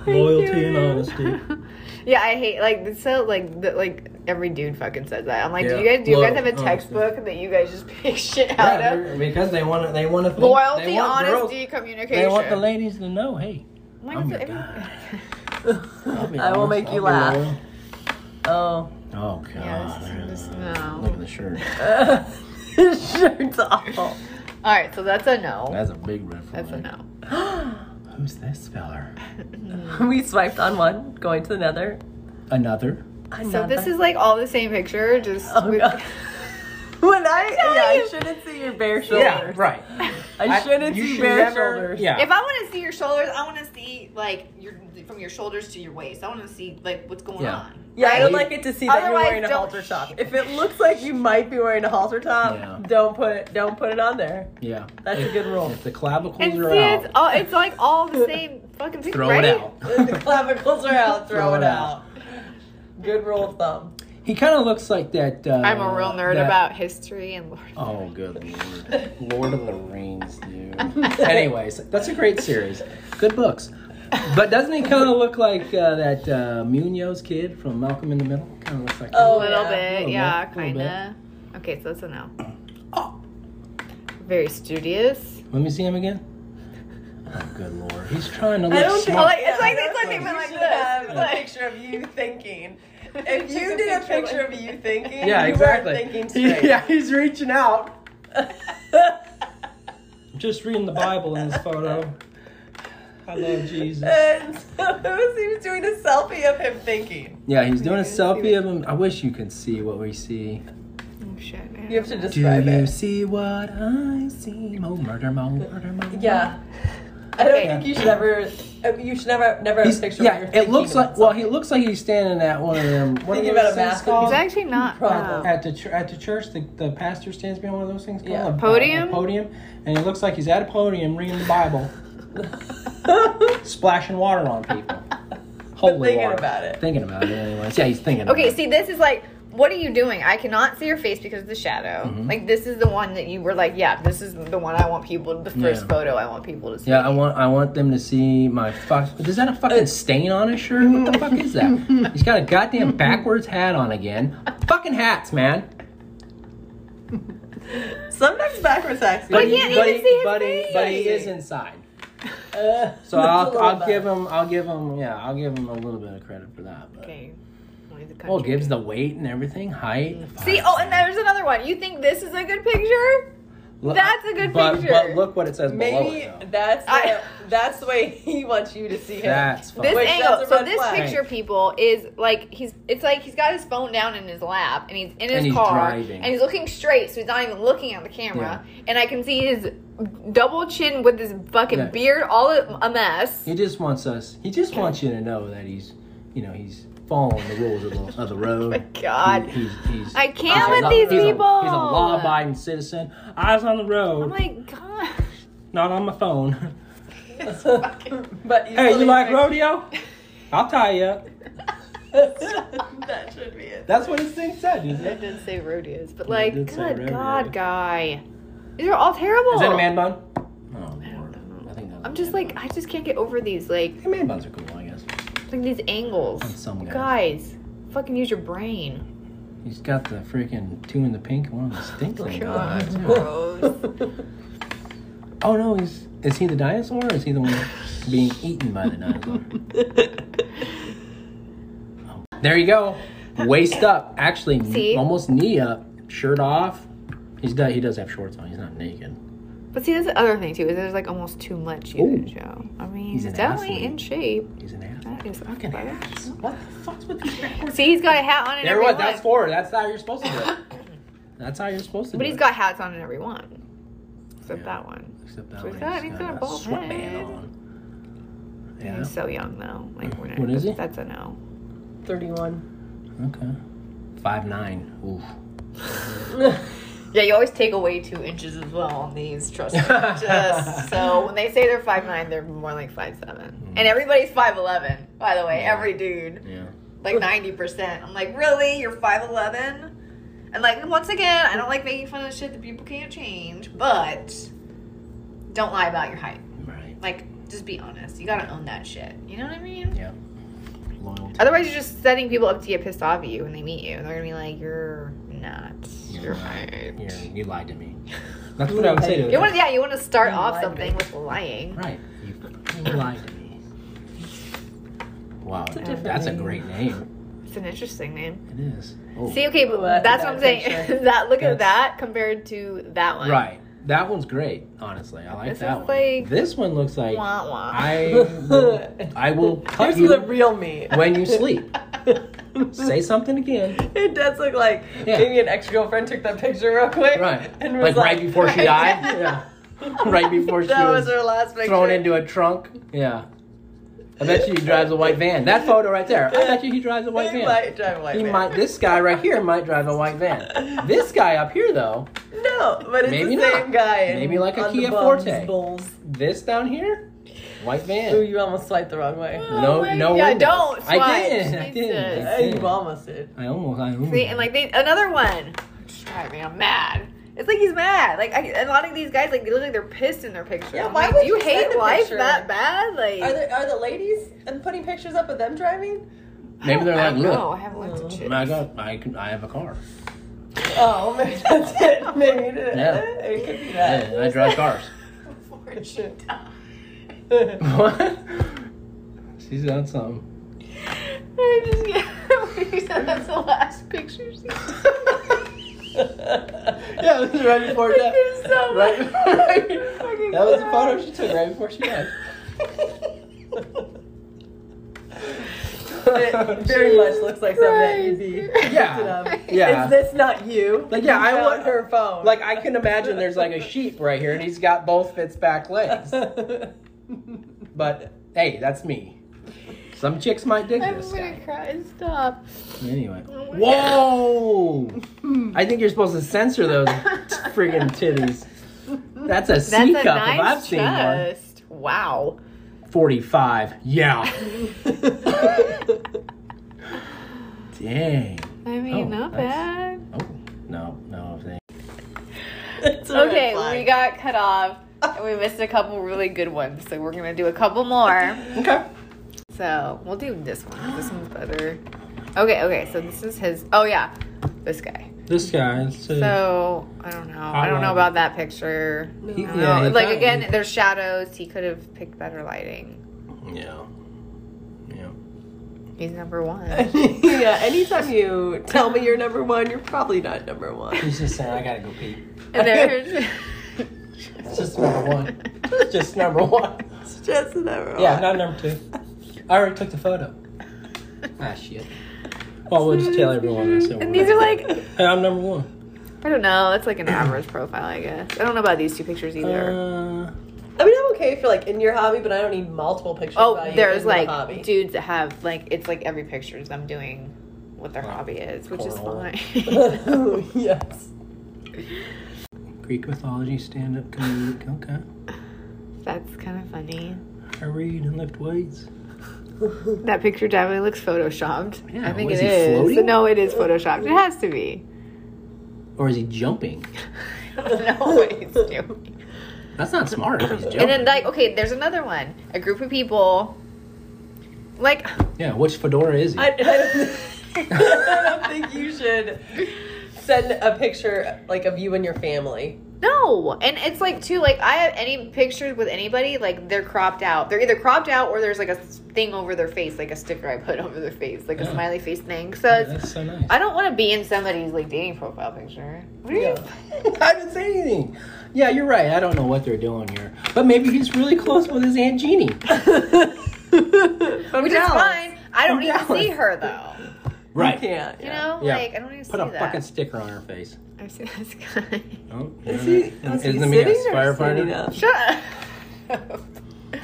S2: Loyalty and honesty.
S1: yeah, I hate like it's so like the, like every dude fucking says that. I'm like, do you
S2: Yeah.
S1: guys do you guys
S2: Loyal,
S1: have a
S2: honesty.
S1: textbook that you guys just pick shit out
S2: Yeah,
S1: of?
S2: they're- because they want to. They want to.
S1: Loyalty,
S2: they want girls-
S1: honesty, communication.
S2: They want the Oh ladies to know. Hey,
S1: Why
S2: I'm
S1: does every-
S2: your guy.
S3: I
S2: I'll be
S3: will
S2: honest,
S3: make
S2: I'll
S3: you
S2: be
S3: laugh.
S2: loyal.
S3: Oh.
S2: Oh god!
S1: Yeah, this is- this- no.
S2: Look at the shirt.
S3: His Oh. shirt's awful.
S1: All right, so that's a no.
S2: That's a big red flag.
S1: That's a no.
S2: Who's this feller?
S3: We swiped on one, going to another.
S2: Another.
S1: So this
S3: another.
S1: is like all the same picture, just
S3: Oh,
S1: with,
S3: God. When I, yeah, I
S1: you.
S3: shouldn't see your bare shoulders.
S2: Yeah, right.
S3: I shouldn't
S2: you
S3: see
S2: should
S3: bare
S2: never-
S3: shoulders.
S2: Yeah.
S1: If I want to see your shoulders, I want to see like your from your shoulders to your waist. I want to see like what's going
S2: Yeah.
S1: on.
S3: Yeah, I
S2: Right?
S3: would like it to see that
S1: Otherwise,
S3: you're wearing a
S1: don't-
S3: halter top. If it looks like you might be wearing a halter top,
S2: Yeah.
S3: don't put it don't put it on there.
S2: yeah.
S3: That's a
S2: If-
S3: good rule.
S2: If the clavicles
S1: And see,
S2: are out,
S1: it's all it's like all the same fucking picture,
S2: throw
S1: right?
S2: it out.
S3: If the clavicles are out, throw,
S2: Throw
S3: it
S2: it
S3: out. Good rule of thumb.
S2: He kind of looks like that. Uh,
S1: I'm a real nerd
S2: that-
S1: about history and Lord.
S2: Oh, good lord. Lord of the Rings, dude. Anyways, that's a great series. Good books. But doesn't he kind of look like uh, that uh, Munoz kid from Malcolm in the Middle? Kind of looks like
S1: A
S3: Oh,
S1: little
S3: yeah.
S1: bit,
S2: Little
S1: yeah,
S2: bit, little
S1: kinda. Okay, so that's a no.
S2: Oh.
S1: Very studious.
S2: Let me see him again. Oh, good lord. He's trying to
S3: I
S2: look
S3: don't think-
S1: Oh,
S2: smart.
S1: like, it's like it's like
S3: You
S1: they went like
S3: should have
S1: this.
S3: a
S1: Like,
S3: picture of you thinking. If
S1: Just
S3: you
S1: a
S3: did a
S1: picture
S3: picture of you thinking,
S2: yeah,
S3: you
S2: exactly.
S3: weren't
S2: He-
S3: thinking straight.
S2: yeah, he's reaching out. Just reading the Bible in this photo. I love Jesus.
S3: and so he was doing a selfie of him thinking.
S2: Yeah, he's doing a selfie of him. I wish you could see what we see.
S1: oh, shit, man.
S3: You have to
S2: Do
S3: describe
S2: you
S3: it.
S2: see what I see? Mo murder, mo murder, mo.
S3: Yeah. I don't
S1: Okay.
S3: think you should ever. uh, You should never, never have
S2: He's,
S3: a picture.
S2: yeah,
S3: where you're
S2: it
S3: thinking
S2: looks
S3: about
S2: like. Well, he looks like he's standing at one of them. What are
S3: Thinking
S2: those
S3: about a
S2: things
S3: mask.
S2: called?
S1: It's actually not.
S3: Problem.
S1: no.
S2: At the chur- at the church, the, the pastor stands behind one of those things called
S3: Yeah.
S2: a- a- a
S1: Podium?
S2: podium, and it looks like he's at a podium reading the Bible, splashing water on people. Holy
S3: thinking
S2: water.
S3: about it.
S2: Thinking about it, anyways. Yeah, he's thinking.
S1: Okay,
S2: about it.
S1: see, this is like, what are you doing? I cannot see your face because of the shadow.
S2: Mm-hmm.
S1: Like, this is the one that you were like, yeah, this is the one I want people. The first
S2: Yeah.
S1: photo I want people to see.
S2: Yeah, I want I want them to see my fuck. Is that a
S1: Uh,
S2: fucking stain on his shirt? What the fuck is that? He's got a goddamn backwards hat on again. Fucking hats, man.
S3: it. Sometimes backwards hats.
S1: But can't even see his
S2: but
S1: face.
S2: He, but he is inside.
S3: Uh,
S2: So I'll, I'll give him I'll give him yeah I'll give him a little bit of credit for that. But.
S1: Okay. Only the
S2: Well,
S1: country.
S2: gives the weight and everything, height.
S1: See, oh, and there's another one. You think this is a good picture?
S2: Look-
S1: that's a good
S2: but,
S1: picture.
S2: But look what it says below
S3: Maybe
S2: it. Though.
S3: that's the,
S1: I-
S3: that's the way he wants you to see him.
S2: That's fine.
S1: This
S3: Wait,
S1: angle,
S3: that's a
S1: so
S3: red
S1: this
S3: flag.
S1: picture, people, is like he's. It's like he's got his phone down in his lap, and he's in his
S2: And he's
S1: car,
S2: driving.
S1: and he's looking straight, so he's not even looking at the camera. And I can see his double chin with his fucking
S2: Yeah.
S1: beard, all a a mess.
S2: he just wants us. He just wants you to know that he's, you know, he's following the rules of the, of the road.
S1: Oh God.
S2: He- he's, he's,
S1: I can't
S2: he's a
S1: with
S2: lo-
S1: these
S2: he's a-
S1: people.
S2: he's a law-abiding citizen. Eyes on the road,
S1: Oh my god!
S2: not on my phone.
S3: but you
S2: hey,
S3: still
S2: you
S3: need
S2: like
S3: to-
S2: rodeo? I'll tie you up.
S3: that should be it.
S2: That's what his thing said. Is
S1: It
S2: it?
S1: didn't say rodeos, but like,
S2: did say
S1: good
S2: rodeo.
S1: God, guy. These are all terrible.
S2: Is that a man bun? Oh, Lord. I think that's a
S1: I'm just
S2: man
S1: like,
S2: bun.
S1: I just can't get over these, like,
S2: Hey, man buns are cool, I guess.
S1: like these angles.
S2: On some guys.
S1: Guys, fucking use your brain.
S2: He's got the freaking two in the pink, one in the stink. thing going on,
S1: Oh, God,
S2: too.
S1: gross.
S2: Oh no, he's is he the dinosaur or is he the one being eaten by the dinosaur? Oh. there you go. Waist up. Actually kn-
S1: See?
S2: almost knee up. Shirt off. He's do- he does have shorts on, he's not naked.
S1: But see, that's the other thing too. Is there's like almost too much you
S2: Ooh.
S1: can show. I mean,
S2: He's
S1: he's,
S2: an
S1: definitely
S2: athlete.
S1: in shape.
S2: He's an ass.
S1: That is
S2: Fucking ass. What the fuck's with the backwards?
S1: See, he's got a hat on in
S2: There
S1: every
S2: was
S1: one.
S2: that's four. That's how you're supposed to do it. That's how you're supposed to
S1: but
S2: do
S1: he's
S2: it.
S1: got hats on in every one, except
S2: Yeah.
S1: that one.
S2: Except that
S1: so he's
S2: one,
S1: got- he's got a bald
S2: sweatband
S1: head.
S2: on. Yeah.
S1: He's so young though. Like we're not,
S2: What is he?
S1: That's a no.
S3: 31.
S2: Okay. Five nine. Oof.
S1: Yeah, you always take away two inches as well on these. Trust me. Just so when they say they're five nine, they're more like five seven. And everybody's five eleven. By the way, every dude.
S2: Yeah.
S1: like ninety percent. I'm like, really? You're five eleven? And like once again, I don't like making fun of shit that people can't change, but don't lie about your height.
S2: Right.
S1: Like, just be honest. You gotta own that shit. You know what I mean?
S2: Yeah. Loyalty.
S1: Otherwise, you're just setting people up to get pissed off at you when they meet you, and they're gonna be like, "You're not. You're right."
S2: Yeah, you lied to me. That's what I would say to
S1: You
S2: them.
S1: want to, yeah, you want to start
S3: You
S1: off
S3: lied to
S1: something
S3: me.
S1: with lying.
S2: Right. You fucking lied to me. Wow,
S3: a different
S2: that's a
S3: name.
S2: great name.
S1: It's an interesting name.
S2: It is. Oh.
S1: See, okay,
S3: Ooh,
S1: but
S3: that's
S1: that's
S3: a
S1: what I'm
S3: bad
S1: saying.
S3: picture.
S1: that look at
S2: That's-
S1: that compared to that one.
S2: Right. That one's great, honestly. I like
S1: This
S2: that
S1: is
S2: one.
S1: like-
S2: This one looks like
S1: Wah, wah.
S2: I will, I will cut
S3: Here's
S2: you
S3: the real me.
S2: when you sleep. Say something again.
S3: It does look like
S2: Yeah.
S3: maybe an ex girlfriend took that picture real quick.
S2: Right.
S3: And was
S2: Like, right before she died. Yeah. Right before she
S3: That
S2: was,
S3: was her last picture.
S2: thrown into a trunk. Yeah. I bet you he drives a white van. That photo right there. I bet you he drives a white
S3: he
S2: van.
S3: might drive a white
S2: he
S3: van.
S2: might. This guy right here might drive a white van. This guy up here though.
S3: No, but it's
S2: Maybe
S3: the
S2: not.
S3: same guy. in-
S2: Maybe like a
S3: on the
S2: Kia
S3: bums,
S2: Forte.
S3: Bulls.
S2: This down here. White
S3: Ooh,
S2: van.
S3: you almost swiped the wrong way.
S2: No,
S1: my-
S2: no.
S1: yeah,
S2: windows.
S1: don't
S2: I
S1: swipe.
S2: didn't. I didn't. I
S3: Hey, you
S2: didn't.
S3: almost did.
S2: I almost. I almost.
S1: See, and like they another one. Just drive me, I'm mad. It's like he's mad. Like I, a lot of these guys, like they look like they're pissed in their picture.
S3: Yeah,
S1: I'm
S3: why
S1: like,
S3: would
S1: do you
S3: you send
S1: hate
S3: a
S1: life
S3: picture?
S1: that bad? Like
S3: Are there are the ladies and putting pictures up of them driving?
S2: Maybe they're
S1: I
S2: like,
S1: don't know. I
S2: look.
S1: haven't looked at
S2: I
S1: you.
S2: got. I can. I have a car.
S3: Oh, maybe that's it. Maybe it is.
S2: Yeah.
S3: It could be
S2: Yeah, I drive cars.
S3: that.
S2: What? She's on something.
S1: I just get you said that's the last picture. she-
S2: Yeah, this is right before
S1: I
S2: death.
S1: did so
S2: right,
S1: much.
S2: right-
S1: Fucking
S2: that was the
S1: God.
S2: photo she took right before she died.
S3: it very much looks like something that you'd be.
S2: Yeah, yeah.
S3: Is this not you?
S2: Like, yeah,
S3: You
S2: I
S3: found
S2: want-
S3: her phone.
S2: like I can imagine there's like a sheep right here, and he's got both of its back legs. But hey, that's me. Some chicks might dig
S1: I'm
S2: this
S1: gonna
S2: guy.
S1: cry. Stop.
S2: Anyway,
S1: my
S2: whoa! I think you're supposed to censor those friggin' titties. That's a C cup if I've seen one.
S1: chest. Wow.
S2: Forty-five. Yeah. Dang.
S1: I mean,
S2: Oh,
S1: not
S2: nice.
S1: bad.
S2: Oh no, no. Thank
S3: It's a red
S1: Okay,
S3: flag.
S1: we got cut off, and we missed a couple really good ones. So we're gonna do a couple more.
S3: Okay.
S1: So we'll do this one. This one's better. Okay, okay. So this is his. Oh yeah, this guy.
S2: This guy. It's
S3: Hmm.
S2: a,
S1: So I don't know. I don't know
S3: Um,
S1: about that picture.
S2: he,
S1: I don't know.
S2: he
S1: like
S2: kinda-
S1: again, there's shadows. He could have picked better lighting.
S2: Yeah. Yeah.
S1: He's number one.
S3: yeah, anytime you tell me you're number one, you're probably not number one.
S2: He's just saying, I gotta go pee.
S1: And there's
S2: It's just number one. It's just number one.
S3: It's just number one.
S2: Yeah, not number two. I already took the photo. Ah, shit. Well, we'll just tell everyone I said
S1: and
S2: we're-
S1: these are like
S2: Hey, I'm number one.
S1: I don't know. It's like an average profile, I guess. I don't know about these two pictures either.
S2: Uh,
S3: I mean, I'm okay if you're like in your hobby, but I don't need multiple pictures. by
S1: oh,
S3: you
S1: there's
S3: in the hobby.
S1: like dudes that have like it's like every picture is them doing what their hobby is, which is
S2: cornhole.
S1: fine.
S3: Oh, yes.
S2: Greek mythology stand up comedic. Okay.
S1: That's kind of funny.
S2: I read and lift weights.
S1: That picture definitely looks photoshopped.
S2: Yeah,
S1: I think
S2: was
S1: it
S2: he
S1: is.
S2: floating?
S1: No, it is photoshopped. It has to be.
S2: Or is he jumping?
S1: I don't know what he's doing.
S2: That's not smart. if He's jumping.
S1: And then like, okay, there's another one. A group of people. Like,
S2: yeah, which fedora is he?
S3: I, I, don't, I don't think you should send a picture like of you and your family.
S1: no. And it's like too, like I have any pictures with anybody, like they're cropped out. They're either cropped out or there's like a s- thing over their face, like a sticker I put over their face, like a
S2: Yeah.
S1: smiley face thing. So
S2: Yeah,
S1: it's,
S2: That's so nice.
S1: I don't want to be in somebody's like dating profile picture. What are you?
S2: I didn't say anything. Yeah, you're right. I don't know what they're doing here, but maybe he's really close with his aunt Jeannie.
S3: Which
S1: Which is fine. I don't
S2: I'm
S1: need to
S2: jealous.
S1: see her though.
S2: Right.
S3: Yeah.
S1: You know,
S2: Yeah.
S1: like I don't need to
S2: Put
S1: see
S2: a
S1: that.
S2: fucking sticker on her face.
S1: I've seen this guy.
S2: Oh,
S3: Is he, is he
S2: isn't he a
S3: sitting or standing
S2: firefighter?
S3: up?
S1: Shut up.
S2: Is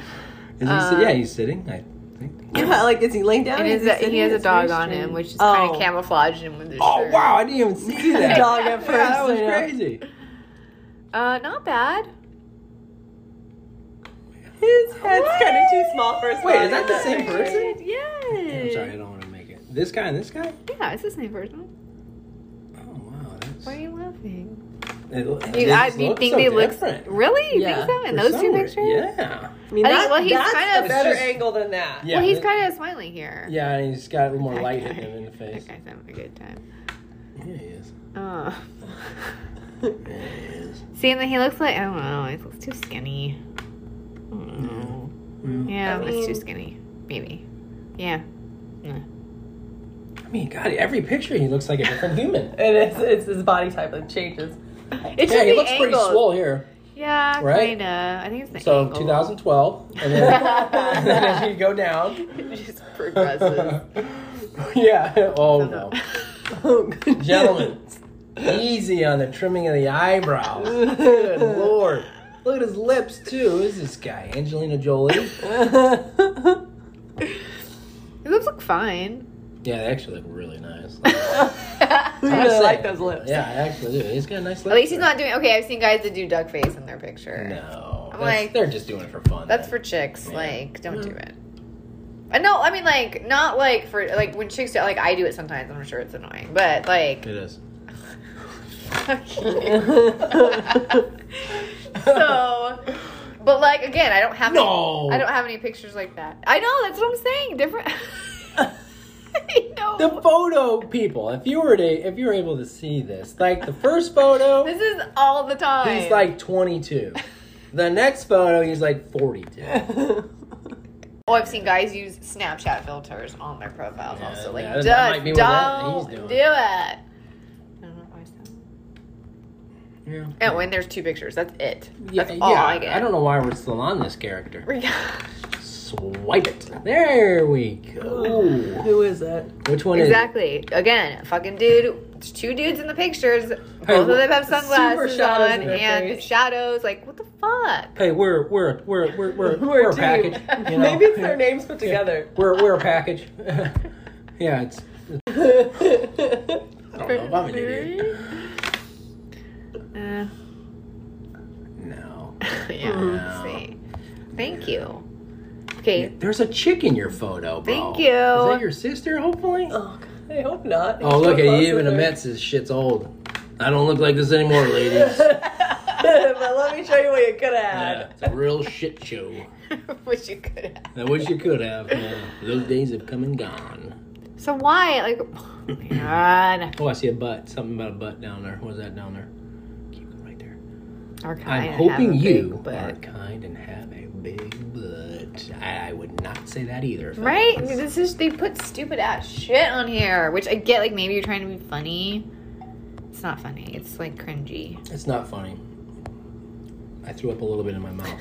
S2: he sit- yeah, he's sitting. I think.
S3: Yeah, like is he laying down?
S1: And
S3: Is
S1: is that
S3: sitting?
S1: he has a
S3: It's very
S1: dog on him,
S3: strange.
S1: which is
S3: Oh.
S1: kind of camouflaged him with his
S2: Oh
S1: shirt.
S2: wow! I didn't even see that.
S3: Dog at
S2: Yeah, that
S3: first,
S2: was
S3: I know.
S2: crazy.
S1: Uh, not bad.
S3: His head's kind of too small for his.
S2: Wait, is
S3: body.
S2: that the same person? I'm
S1: Yes.
S2: sorry, I don't want to make it. This guy and this guy.
S1: yeah, it's the same person.
S2: Oh wow, that's.
S1: Why are you laughing?
S2: It,
S1: You, I you think they look
S2: different.
S1: really? You
S3: Yeah,
S1: think so? In
S2: For
S1: those
S2: some
S1: two
S2: re-
S1: pictures?
S2: Yeah.
S3: I mean,
S1: I think-
S3: that,
S1: well, he's
S3: that's
S1: kind
S3: a
S1: of-
S3: better
S2: It's just-
S3: angle than that.
S2: Yeah.
S1: Well, he's
S2: that-
S1: kind of smiling here.
S2: Yeah, and he's got a little more
S1: That
S2: light
S1: guy.
S2: hitting him in the
S1: That
S2: face.
S1: guy's having a good time.
S2: Yeah, he is.
S1: Uh,
S2: Yeah, he is.
S1: seeing that he looks like I don't know, he looks too skinny. I don't know.
S2: Mm.
S1: Yeah,
S3: I
S1: it's too
S3: mean-
S1: skinny. Maybe. Yeah.
S2: I mean, God, every picture he looks like a different human.
S3: It is. It's his body type that changes.
S1: It's
S2: yeah,
S1: just
S2: he
S1: the
S2: looks pretty
S1: angles.
S2: swole here.
S1: Yeah,
S2: Right?
S1: kinda. I think it's the
S2: So
S1: angle.
S2: 2012, and then, and then as you go down,
S1: It just progresses.
S2: yeah. Oh no,
S3: Oh, good.
S2: gentlemen, easy on the trimming of the eyebrows. Good lord, look at his lips too. Who is this guy Angelina Jolie?
S1: Your lips look fine.
S2: Yeah, they actually look really nice.
S1: At
S3: I really like those lips.
S2: Yeah, I actually do. He's got nice lips.
S1: least he's not doing okay. I've seen guys that do duck face in their picture.
S2: No,
S1: I'm
S2: that's,
S1: like-
S2: they're just doing it for fun.
S1: That's
S2: then.
S1: for chicks.
S2: Yeah.
S1: Like, don't
S2: Mm.
S1: do it. And no, I mean like not like for like when chicks do like I do it sometimes. I'm sure it's annoying, but like
S2: It is.
S1: okay. so, but like again, I don't have
S2: No.
S1: Any, I don't have any pictures like that. I know that's what I'm saying. Different. I know.
S2: The photo people. If you were to, if you were able to see this, like the first photo,
S1: this is all the time.
S2: he's like 22. The next photo, he's like 42.
S1: Oh, I've seen guys use Snapchat filters on their profiles
S2: Yeah,
S1: also. Like,
S2: yeah,
S1: just
S2: that might be what that-
S1: don't
S2: he's doing.
S1: do it. I don't know why it's that.
S2: Yeah.
S1: And when there's two pictures, that's it.
S2: Yeah,
S1: That's all
S2: yeah,
S1: Oh, I get.
S2: don't know why we're still on this character.
S1: don't.
S2: Swipe it. There we go.
S3: Who is it?
S2: Which one
S1: exactly. Again, fucking dude. There's two dudes in the pictures. Both of them have
S2: super
S1: sunglasses
S2: shadows
S1: on
S2: in their
S1: and
S2: face.
S1: shadows. Like, what the fuck?
S2: is? Hey, we're we're we're we're we're,
S3: Who
S2: we're
S3: are
S2: a
S3: two?
S2: package. You know?
S3: Maybe it's their names put together.
S2: We're we're a package. yeah, it's. I don't know if I'm an idiot.
S1: Uh,
S2: No.
S1: yeah.
S2: No.
S1: See. Thank you. Okay.
S2: There's a chick in your photo, bro.
S1: Thank you.
S2: Is that your sister, hopefully?
S3: Oh, God, I hope not.
S2: Oh, look,
S3: He's so
S2: he
S3: close
S2: even
S3: to her.
S2: admits his shit's old. I don't look like this anymore, ladies.
S3: but let me show you what you could
S2: yeah,
S3: add.
S2: it's a real shit show.
S1: Wish you could have.
S2: I wish you could have. Yeah. Those days have come and gone.
S1: So why? Like, oh, God.
S2: Oh, I see a butt. Something about a butt down there. What's that down there? Keep it right there.
S1: Our
S2: I'm
S1: kind have
S2: hoping
S1: a
S2: you
S1: big butt.
S2: are kind and have a big butt. I, I would not say that either. if I
S1: Right?
S2: was.
S1: This is they put stupid ass shit on here, which I get. Like maybe you're trying to be funny. It's not funny. It's like cringy.
S2: It's not funny. I threw up a little bit in my mouth.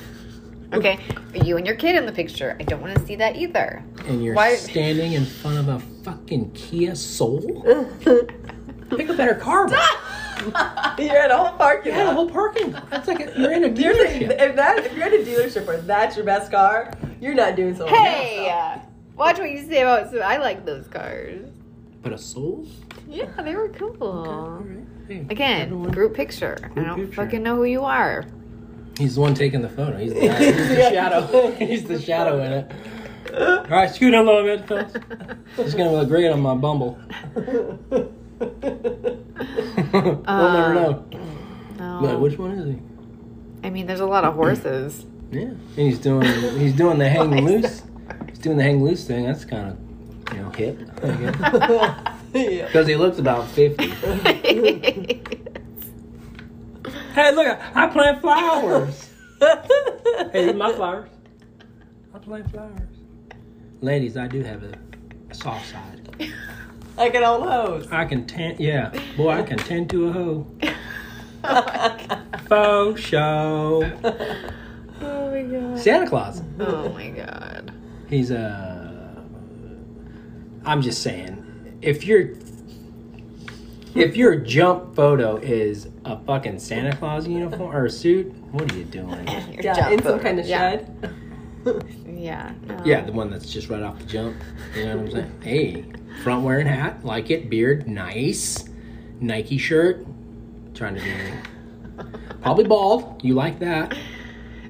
S1: Okay, you and your kid in the picture. I don't want to see that either.
S2: And you're
S1: Why-
S2: standing in front of a fucking Kia Soul? Pick a better car.
S3: You're at a whole
S2: You
S3: parking
S2: had a
S3: lot.
S2: whole parking lot. That's like a, you're in a
S3: You're saying
S2: dealership.
S3: if that if you're at a dealership where that's your best car, you're not doing so well.
S1: Hey, uh, watch what you say about. So I like those cars.
S2: But a Soul?
S1: Yeah, they were cool.
S2: Alright. Hey.
S1: Again, group picture. I don't
S2: picture.
S1: fucking know who you are.
S2: He's the one taking the photo. He's the, guy. He's the shadow. He's the shadow in it. All right, scoot a little bit, fellas. It's gonna look great on my Bumble. we'll
S1: Uh,
S2: never know. But which one is he?
S1: I mean, there's a lot of horses.
S2: Yeah, and he's doing he's doing the hang
S1: Why is
S2: loose. He's doing the hang loose thing. That's kind of you know hip.
S3: yeah.
S2: Because he looks about fifty.
S1: Oh
S2: Hey, look, I plant flowers. hey, these are my flowers. I plant flowers. Ladies, I do have a, a soft side.
S3: I can all those.
S2: I can tend, yeah, boy, I can tend to a hoe. Faux show.
S1: oh my god.
S2: Santa Claus.
S1: Oh my god.
S2: He's uh I'm just saying, if your if your jump photo is a fucking Santa Claus uniform or a suit, what are you doing?
S1: Your
S3: yeah,
S1: jump
S3: in some
S1: photo.
S3: kind of
S1: yeah.
S3: shed.
S1: Yeah. no.
S2: Yeah, the one that's just right off the jump. You know what I'm saying? Hey, front wearing hat, like it, beard, nice, Nike shirt, trying to be probably bald. You like that?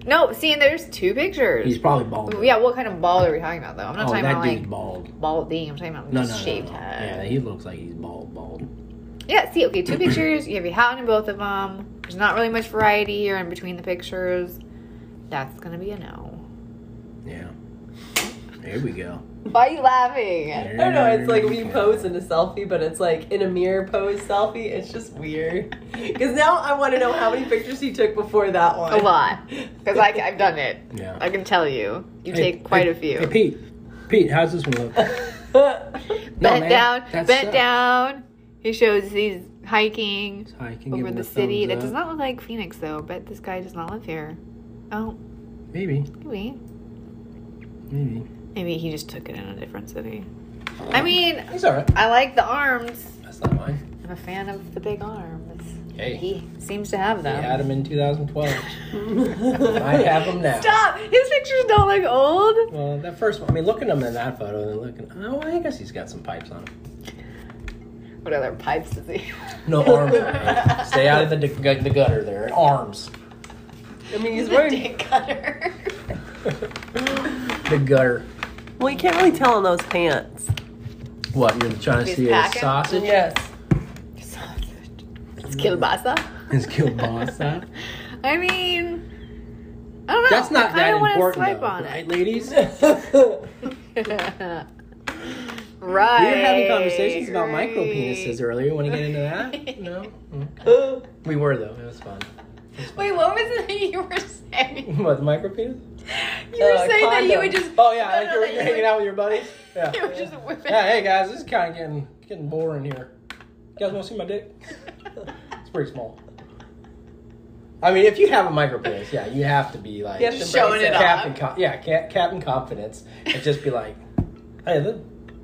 S1: No, see, and there's two pictures.
S2: He's probably bald.
S1: Yeah, what kind of bald are we talking about though? I'm not
S2: Oh,
S1: talking
S2: that
S1: about
S2: dude's
S1: like
S2: bald.
S1: balding. I'm talking about
S2: No, no,
S1: just
S2: no,
S1: shaved
S2: no.
S1: head.
S2: Yeah, he looks like he's bald, bald.
S1: Yeah. See, okay, two pictures. You have your hat on in both of them. There's not really much variety here in between the pictures. That's gonna be a no.
S2: Yeah. There we go.
S1: Why are you laughing?
S3: I don't know. It's like we pose in a selfie, but it's like in a mirror pose selfie. It's just weird. Because now I want to know how many pictures he took before that one.
S1: A lot, because I, I've done it.
S2: Yeah.
S1: I can tell you, you
S2: Hey,
S1: take quite
S2: hey,
S1: a few.
S2: Hey, Pete. Pete, how's this one look? No,
S1: bent
S2: man,
S1: down,
S2: that
S1: bent
S2: sucks.
S1: down. He shows he's hiking
S2: I can give
S1: over
S2: him
S1: the
S2: a
S1: city. That
S2: thumbs
S1: does
S2: up.
S1: not look like Phoenix though. Bet this guy does not live here. Oh,
S2: Maybe.
S1: maybe.
S2: Maybe.
S1: Maybe he just took it in a different city. I mean,
S2: He's alright.
S1: I like the arms.
S2: That's not mine.
S1: I'm a fan of the big arms.
S2: Hey. He
S1: He seems to have them.
S2: had him in 2012. I have him now.
S1: Stop! His pictures don't look old.
S2: Well, that first one. I mean, looking at him in that photo and then looking. Oh, I guess he's got some pipes on him.
S1: What other pipes does he?
S2: No arms. man. Stay out of the, gu- the gutter there. Arms.
S3: I mean, he's
S1: He's
S3: wearing.
S1: dick cutter.
S2: The gutter.
S3: Well, you can't really tell in those pants.
S2: What? You're trying to
S1: He's
S2: see a
S1: packing?
S2: sausage?
S3: Yes.
S1: Sausage. It's kielbasa.
S2: His kielbasa.
S1: I mean, I don't know.
S2: That's not
S1: I
S2: that
S1: kinda wanna
S2: important,
S1: Swipe
S2: though,
S1: on
S2: right,
S1: it.
S2: ladies?
S1: right.
S2: We were having conversations about micro penises earlier. You want to get into that? No. Mm. We were though. It was fun.
S1: Wait, what was it you were saying?
S2: What the micro penis?
S1: You were
S3: Uh,
S1: saying that you
S3: condom.
S1: would just.
S2: Oh yeah,
S1: No,
S2: like
S1: no,
S2: you were
S1: that
S2: you're
S1: you
S2: hanging
S1: would-
S2: out with your buddies. Yeah.
S1: You would just whip it.
S2: yeah. Hey guys, this is kind of getting getting boring here. You guys want to see my dick? It's pretty small. I mean, if you have a micro penis, yeah, you have to be like
S3: You have to
S1: Showing
S3: brace
S1: it off.
S2: captain. Com- yeah, cap- captain confidence, and just be like, hey, look.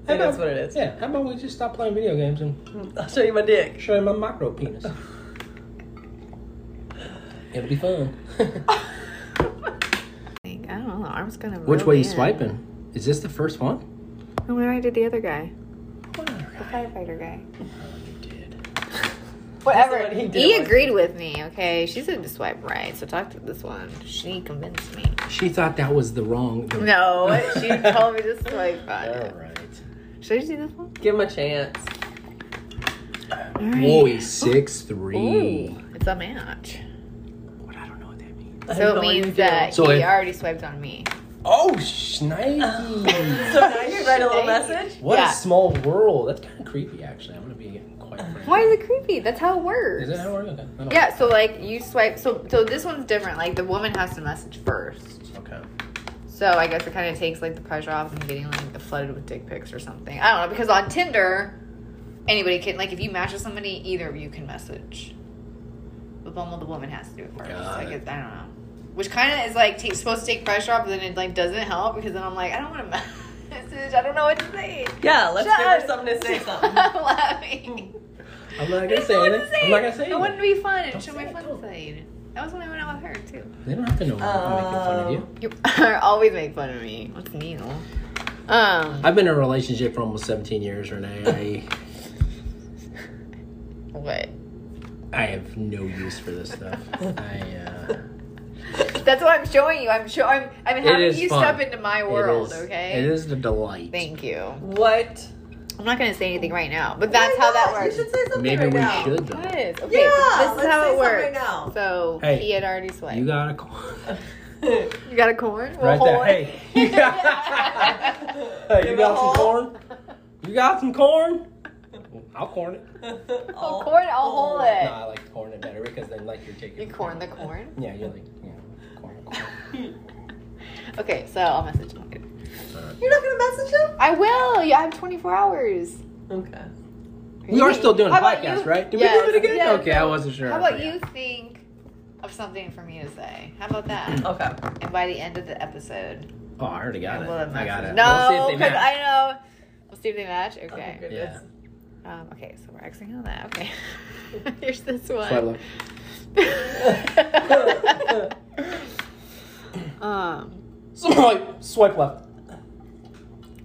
S3: I think that's what it is.
S2: Yeah, how about we just stop playing video games and
S3: I'll show you my dick.
S2: show you my micro penis? It'll be fun.
S1: I don't know. The arm's gonna.
S2: Which
S1: rub
S2: way you
S1: in.
S2: swiping? Is this the first one?
S1: And when I did the other guy, the firefighter guy.
S3: That's
S1: Whatever.
S3: the one he did
S1: He
S3: with.
S1: agreed with me. Okay, she said to swipe right, so talk to this one. She convinced me.
S2: She thought that was the wrong. The...
S1: No, she told me to swipe
S2: All
S1: right.
S2: right.
S1: Should I just do this one?
S3: Give him a chance.
S1: All right.
S2: Boy, six three.
S1: Ooh, it's a match.
S2: What I don't know what that means.
S3: I
S1: So
S3: know
S1: it
S3: you
S1: means
S3: do.
S1: that
S2: So
S1: he
S2: if-
S1: already swiped on me.
S2: Oh, Schneid.
S3: So now you write a little message.
S2: what
S1: Yeah.
S2: a small world. That's kind of creepy, actually. I'm gonna be quite frank.
S1: Why is it creepy? That's how it works.
S2: Is it how we're looking? I don't-
S1: yeah, so like you swipe so so this one's different. Like the woman has to message first.
S2: Okay.
S1: So I guess it kind of takes like the pressure off and getting like flooded with dick pics or something. I don't know because on Tinder anybody can like if you match with somebody either of you can message. But Bumble the woman has to do it first.
S2: Got
S1: I
S2: it.
S1: guess I don't know. Which kind of is like take, supposed to take pressure off, but then it like doesn't help because then I'm like I don't want to message. I don't know what to say.
S3: Yeah, let's
S1: Shut
S3: give her
S1: up.
S3: something to say something.
S1: I'm laughing.
S2: I'm not
S1: I
S2: gonna
S1: just don't
S2: say
S1: want
S2: anything.
S1: to say
S2: I'm
S1: it.
S2: not gonna say
S1: I wanted to
S2: anything.
S1: be fun and
S2: Don't
S1: show
S2: say
S1: my
S2: it.
S1: fun side. That was when I went out with her too.
S2: They don't have to know I'm making fun of you.
S1: You always make fun of me. What's new? Um.
S2: I've been in a relationship for almost 17 years, Renee.
S1: What?
S2: I, I have no use for this stuff. I uh,
S1: That That's what I'm showing you. I'm sure I'm. I'm
S2: It
S1: having
S2: is
S1: you
S2: fun.
S1: step into my world.
S2: It is-
S1: okay.
S2: It is the delight.
S1: Thank you.
S3: What?
S1: I'm not gonna say anything right now, but that's
S3: Why
S1: how that
S3: not?
S1: works.
S3: You should say something
S2: Maybe
S3: right
S2: we
S3: now.
S2: should
S1: It
S2: though.
S1: is. Okay,
S3: Yeah,
S1: this
S3: let's
S1: is how
S3: say
S1: it works.
S3: something right
S1: So
S2: Hey,
S1: he had already swiped.
S2: You
S4: You
S2: got a call
S1: You got a corn? We'll
S2: right there.
S1: hold it.
S2: Hey, you got, hey, you
S3: Give
S2: got
S3: a
S2: some
S3: hole.
S2: corn? You got some corn? I'll corn it.
S1: I'll
S3: Oh,
S1: corn. it, I'll hold
S2: No,
S1: it.
S2: I like to corn it better because then like you're taking.
S1: You corn the corn.
S2: Yeah, you're like yeah, corn. corn.
S1: Okay, so I'll message him. later.
S3: You're not gonna message him?
S1: I will. You I have 24 hours.
S3: Okay.
S2: We are still doing a
S1: How about
S2: podcast,
S1: you-
S2: right? Did
S1: Yes,
S2: we do it again?
S1: yes.
S2: okay, I wasn't sure.
S1: How about you think of something for me to say? How about that?
S3: Okay.
S1: and by the end of the episode,
S2: Oh, I already got it.
S1: we'll have
S2: I got
S1: messages.
S2: it.
S1: No,
S2: We'll see if they
S1: because
S2: match.
S1: I know. We'll see if they match. Okay.
S3: good.
S2: Yeah.
S1: Um, okay, so we're exiting on that. Okay. Here's this one.
S2: That's why I look.
S1: um,
S2: Swipe, swipe left.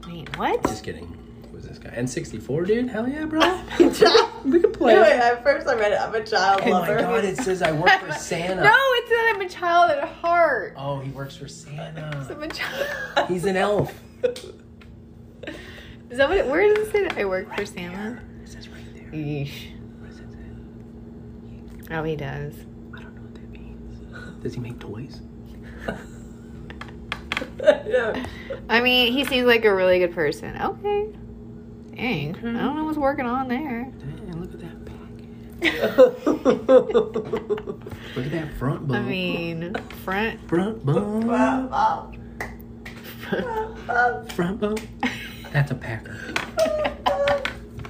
S1: wait, what?
S2: Just kidding. Who's this guy? N64, dude? Hell yeah, bro. we can play.
S3: Anyway, at first I read it. I'm a child
S2: Oh my
S3: lover.
S2: god, it says I work for Santa.
S1: No, it's that I'm a child at heart.
S2: Oh, he works for Santa.
S1: I'm a child.
S2: He's an elf.
S1: Is that what it, where does it say that I work for Santa?
S2: It says right there.
S1: Yeesh.
S2: What does it say?
S1: Oh, he does.
S2: I don't know what that means. Does he make toys?
S3: yeah.
S1: I mean, he seems like a really good person. Okay. Dang. I don't know what's working on there.
S2: Dang, look at that package. Look at that front bone.
S1: I mean, front.
S2: front bone.
S3: Wow, wow, wow.
S2: Front bone. That's a packer.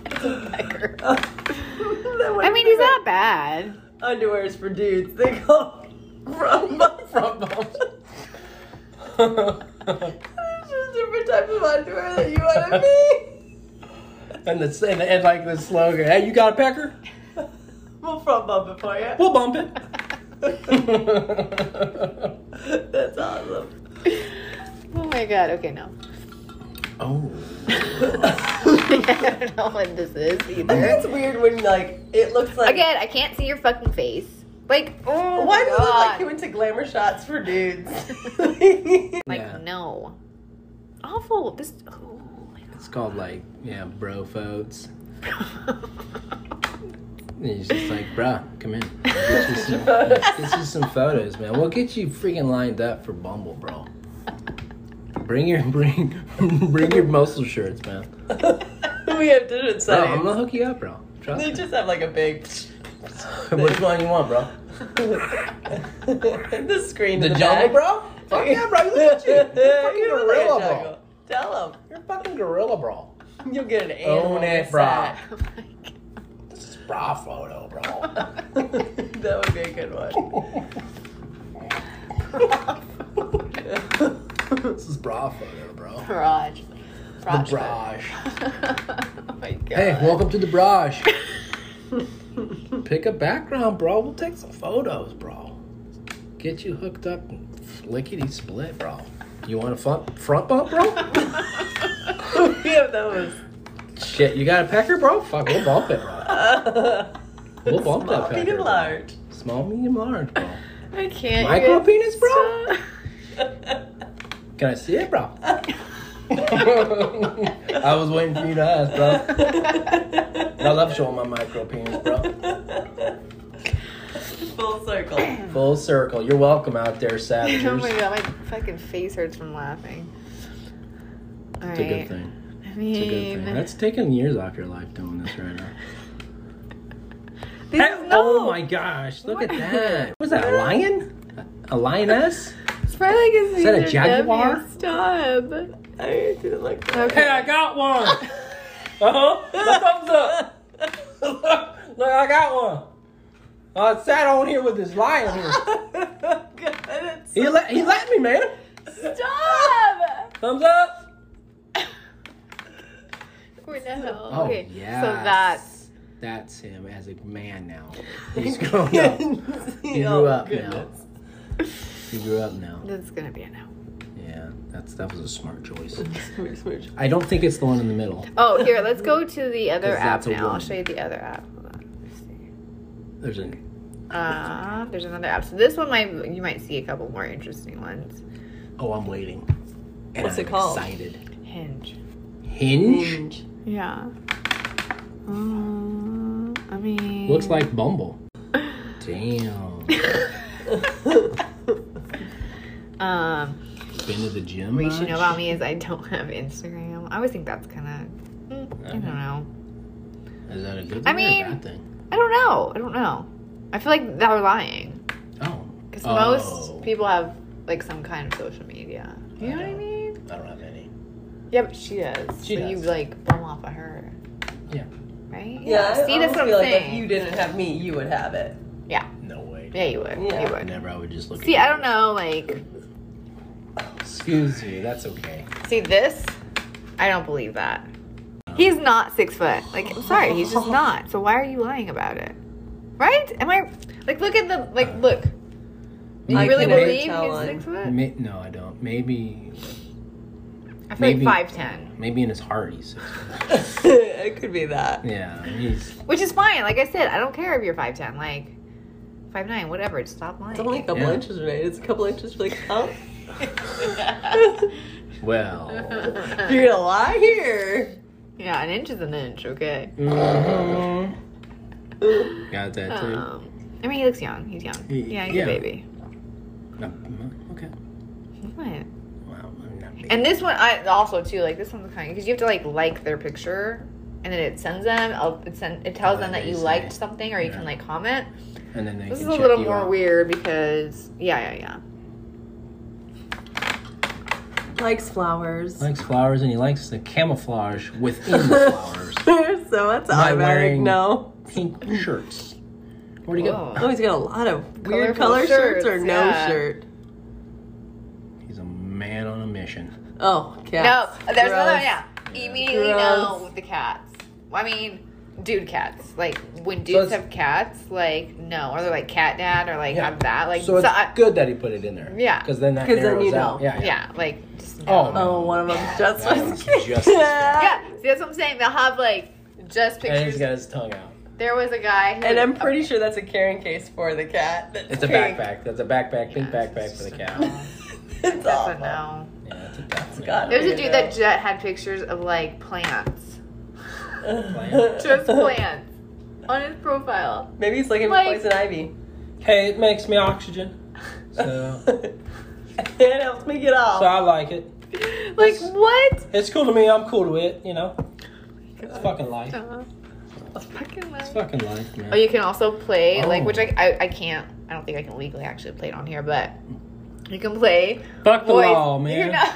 S1: Pecker.
S3: That one
S1: I mean, he's not bad.
S3: Underwear's for dudes. They call from
S2: Front bone.
S3: It's just different types of underwear that you want to be.
S2: and the and, and like the slogan. Hey, you got a packer?
S3: We'll front bump it for you.
S2: We'll bump it.
S3: That's awesome.
S1: Oh my god. Okay, no.
S2: oh.
S1: I don't know what this is
S3: I think
S1: either.
S3: it's weird when like it looks like
S1: Again, I can't see your fucking face. Like, oh,
S3: Why does it look like
S1: God.
S3: you went to glamour shots for dudes?
S1: Like,
S2: Yeah.
S1: no. Awful. This. Oh my
S2: It's called like yeah, bro phones.
S1: god.
S2: And he's just like, bruh, come in. We'll Get you, some, get you some photos, man. We'll get you freaking lined up for Bumble, bro. Bring your bring bring your muscle shirts, man.
S3: we have
S2: Bro, I'm
S3: different settings.
S2: gonna hook you up, bro. Trust
S3: they
S2: me.
S3: just have like a big.
S2: Which one you want, bro?
S3: the screen.
S2: The
S3: in the
S2: jungle,
S3: back.
S2: bro? Fuck yeah, bro. Look at you. You're fucking
S3: You look like a
S2: gorilla, bro.
S3: jungle. Tell
S2: You're fucking gorilla, bro.
S3: them. You'll get an A.
S2: Own it, bro.
S1: Oh my god.
S2: This is bra photo, bro.
S3: that would be a good one.
S2: this is bra photo, bro.
S1: Barrage. Barrage.
S2: The braj.
S1: oh my god.
S2: Hey, welcome to the braj. Pick a background, bro. We'll take some photos, bro. Get you hooked up and lickety split, bro. You want a front front bump, bro?
S3: we have those.
S2: Shit, you got a pecker, bro? Fuck, we'll bump it, bro. We'll bump
S3: uh, Small,
S2: that pecker.
S3: medium,
S2: bro.
S3: large.
S2: Small, medium, large, bro.
S1: I can't.
S2: Micro
S1: you
S2: penis, bro?
S1: guys-
S2: Can I see it, bro? I was waiting for you to ask, bro.
S1: Oh
S2: I love showing my micro penis, bro.
S3: Full circle.
S2: Full circle. You're welcome out there, savagers.
S1: Oh my god, my fucking face hurts from laughing. All right.
S2: It's a good thing.
S1: I
S2: It's a good thing.
S1: mean,
S2: That's taking years off your life doing this right now.
S1: this
S2: Hey,
S1: is
S2: Oh
S1: no.
S2: my gosh, look at that. Was that a lion? A lioness?
S1: It's probably like a
S2: that a
S1: Caesar
S2: jaguar?
S1: W. Stop.
S3: I didn't like that.
S1: Okay.
S2: got one. Uh huh. thumbs up. look, I got one. I sat on here with this lion here.
S3: God, it's
S2: He let, he let me, man.
S1: Stop.
S2: Thumbs up.
S1: We're not
S2: Oh,
S1: okay.
S2: yes.
S1: So that's
S2: That's him as a man now. He's grown up. He
S3: Oh,
S2: grew up now. He grew up now.
S1: that's gonna be a no.
S2: Yeah, that's that was a smart choice.
S3: Smooch, smooch.
S2: I don't think it's the one in the middle.
S1: Oh, here, let's go to the other
S2: 'Cause
S1: app
S2: that's a
S1: now. I'll
S2: woman.
S1: show you the other app. Hold on. Let's see.
S2: There's an
S1: Uh, there's another app. So this one might you might see a couple more interesting ones.
S2: Oh, I'm waiting. And
S3: What's
S2: I'm
S3: it called?
S2: Excited.
S1: Hinge.
S2: Hinge
S3: Hinge.
S1: Yeah. Um, I mean,
S2: looks like Bumble. Damn.
S1: um,
S2: Been to the gym.
S1: what you should
S2: much?
S1: know about me is I don't have Instagram. I always think that's kind of. I don't know.
S2: Is that a good thing
S1: I
S2: or a
S1: mean-
S2: bad thing?
S1: I don't know. I don't know. I feel like they're lying
S2: Oh.
S1: because
S2: Oh.
S1: most people have like some kind of social media. You know what I mean?
S2: I don't have any.
S1: Yeah, but she does.
S2: She
S1: so you
S2: does.
S1: like bum off of her.
S2: Yeah.
S1: Right?
S3: Yeah, I
S1: See, that's
S3: almost
S1: what I'm
S3: feel like if
S1: saying.
S3: you didn't have me, you would have it.
S2: No way.
S1: Yeah, you would.
S3: Yeah.
S1: You would.
S2: Never. I would just look.
S1: See,
S2: at
S1: I don't know. Like,
S2: Excuse you. That's okay.
S1: see this? I don't believe that. He's not six foot. Like, I'm sorry, he's just not. So why are you lying about it? Right? Am I? Like, look at the like. Look, do you
S3: I
S1: really
S3: can really
S1: believe
S3: tell
S1: he's
S3: on-
S1: six foot?
S2: May, no, I don't. Maybe.
S1: I feel like
S2: Maybe-
S1: five ten,
S2: Maybe in his heart he's. six-
S3: it could be that.
S2: Yeah. He's.
S1: which is fine. Like I said, I don't care if you're five ten, like five nine, whatever. Just stop lying.
S3: It's only a couple
S2: Yeah.
S3: inches, right? It's a couple inches. Like, oh,
S2: Well.
S3: you're gonna lie here.
S1: yeah, an inch is an inch. Okay. Mm-hmm.
S2: mhm. Got that too.
S1: Um, I mean, he looks young. He's young.
S2: He-
S1: Yeah, he's
S2: yeah.
S1: a baby.
S2: No, mm, okay.
S1: What?
S2: Wow. I'm not big.
S1: And this one, I also too like this one's kind because you have to like like their picture, and then it sends them. I'll- It send, it tells
S2: Oh,
S1: them that
S2: they
S1: you
S2: say.
S1: liked something, or you
S2: Yeah.
S1: can like comment.
S2: And then they
S1: This is
S2: can
S1: a
S2: check
S1: little
S2: you
S1: more
S2: out.
S1: weird because yeah, yeah, yeah.
S3: Likes flowers.
S2: He likes flowers and he likes the camouflage within the flowers.
S3: so that's automatic.
S2: wearing-
S3: No.
S2: Pink shirts. Where'd he go?
S1: Whoa.
S3: Oh, he's got a lot of weird
S1: Colorful
S3: color shirts, or
S1: shirts,
S3: no
S1: yeah.
S3: shirt.
S2: Oh. He's a man on a mission.
S3: Oh,
S1: No,
S3: cats.
S1: there's another
S3: Gross.
S1: one. Yeah, immediately
S3: Gross.
S1: no with the cats. Well, I mean, dude, cats. Like when dudes
S2: it's-
S1: have cats, like no, or they're like cat dad, or like
S2: Yeah.
S1: have that. Like
S2: so it's
S1: I-
S2: good that he put it in there.
S1: Yeah.
S2: Because then that
S3: 'Cause then
S2: narrows
S3: you
S2: out.
S3: know.
S2: Yeah. yeah.
S1: yeah, like just no.
S2: Oh,
S3: Oh, one of them's just
S2: That one's
S3: was
S2: just-
S1: Yeah, see, that's what I'm saying. They'll have like just
S2: And he's
S1: pictures.
S2: got his tongue out.
S1: There was a guy, who,
S3: And I'm pretty sure that's a carrying case for the cat. That's
S2: It's a
S3: pink.
S2: backpack. That's a backpack, pink
S1: Yeah, it's
S2: backpack for
S1: just
S2: the
S1: a
S2: cat.
S1: no.
S3: It's
S1: That's a
S3: awful.
S1: no.
S2: Yeah, that's a that's
S3: got
S1: There's a
S3: Yeah.
S1: dude that jet had pictures of like plants,
S2: Plant.
S1: just plants, on his profile.
S3: Maybe he's looking for
S1: Like-
S3: poison ivy.
S2: Hey, it makes me oxygen. So,
S3: it helps me get off.
S2: so I like it.
S1: Like what?
S2: It's cool to me. I'm cool to it. You know. It's fucking life.
S1: Uh, fucking
S2: It's
S1: life.
S2: fucking life, man.
S1: Oh, you can also play
S2: Oh.
S1: like which I, I I can't. I don't think I can legally actually play it on here, but you can play
S2: Fuck the
S1: voice.
S2: law,
S1: You're
S2: man.
S1: not-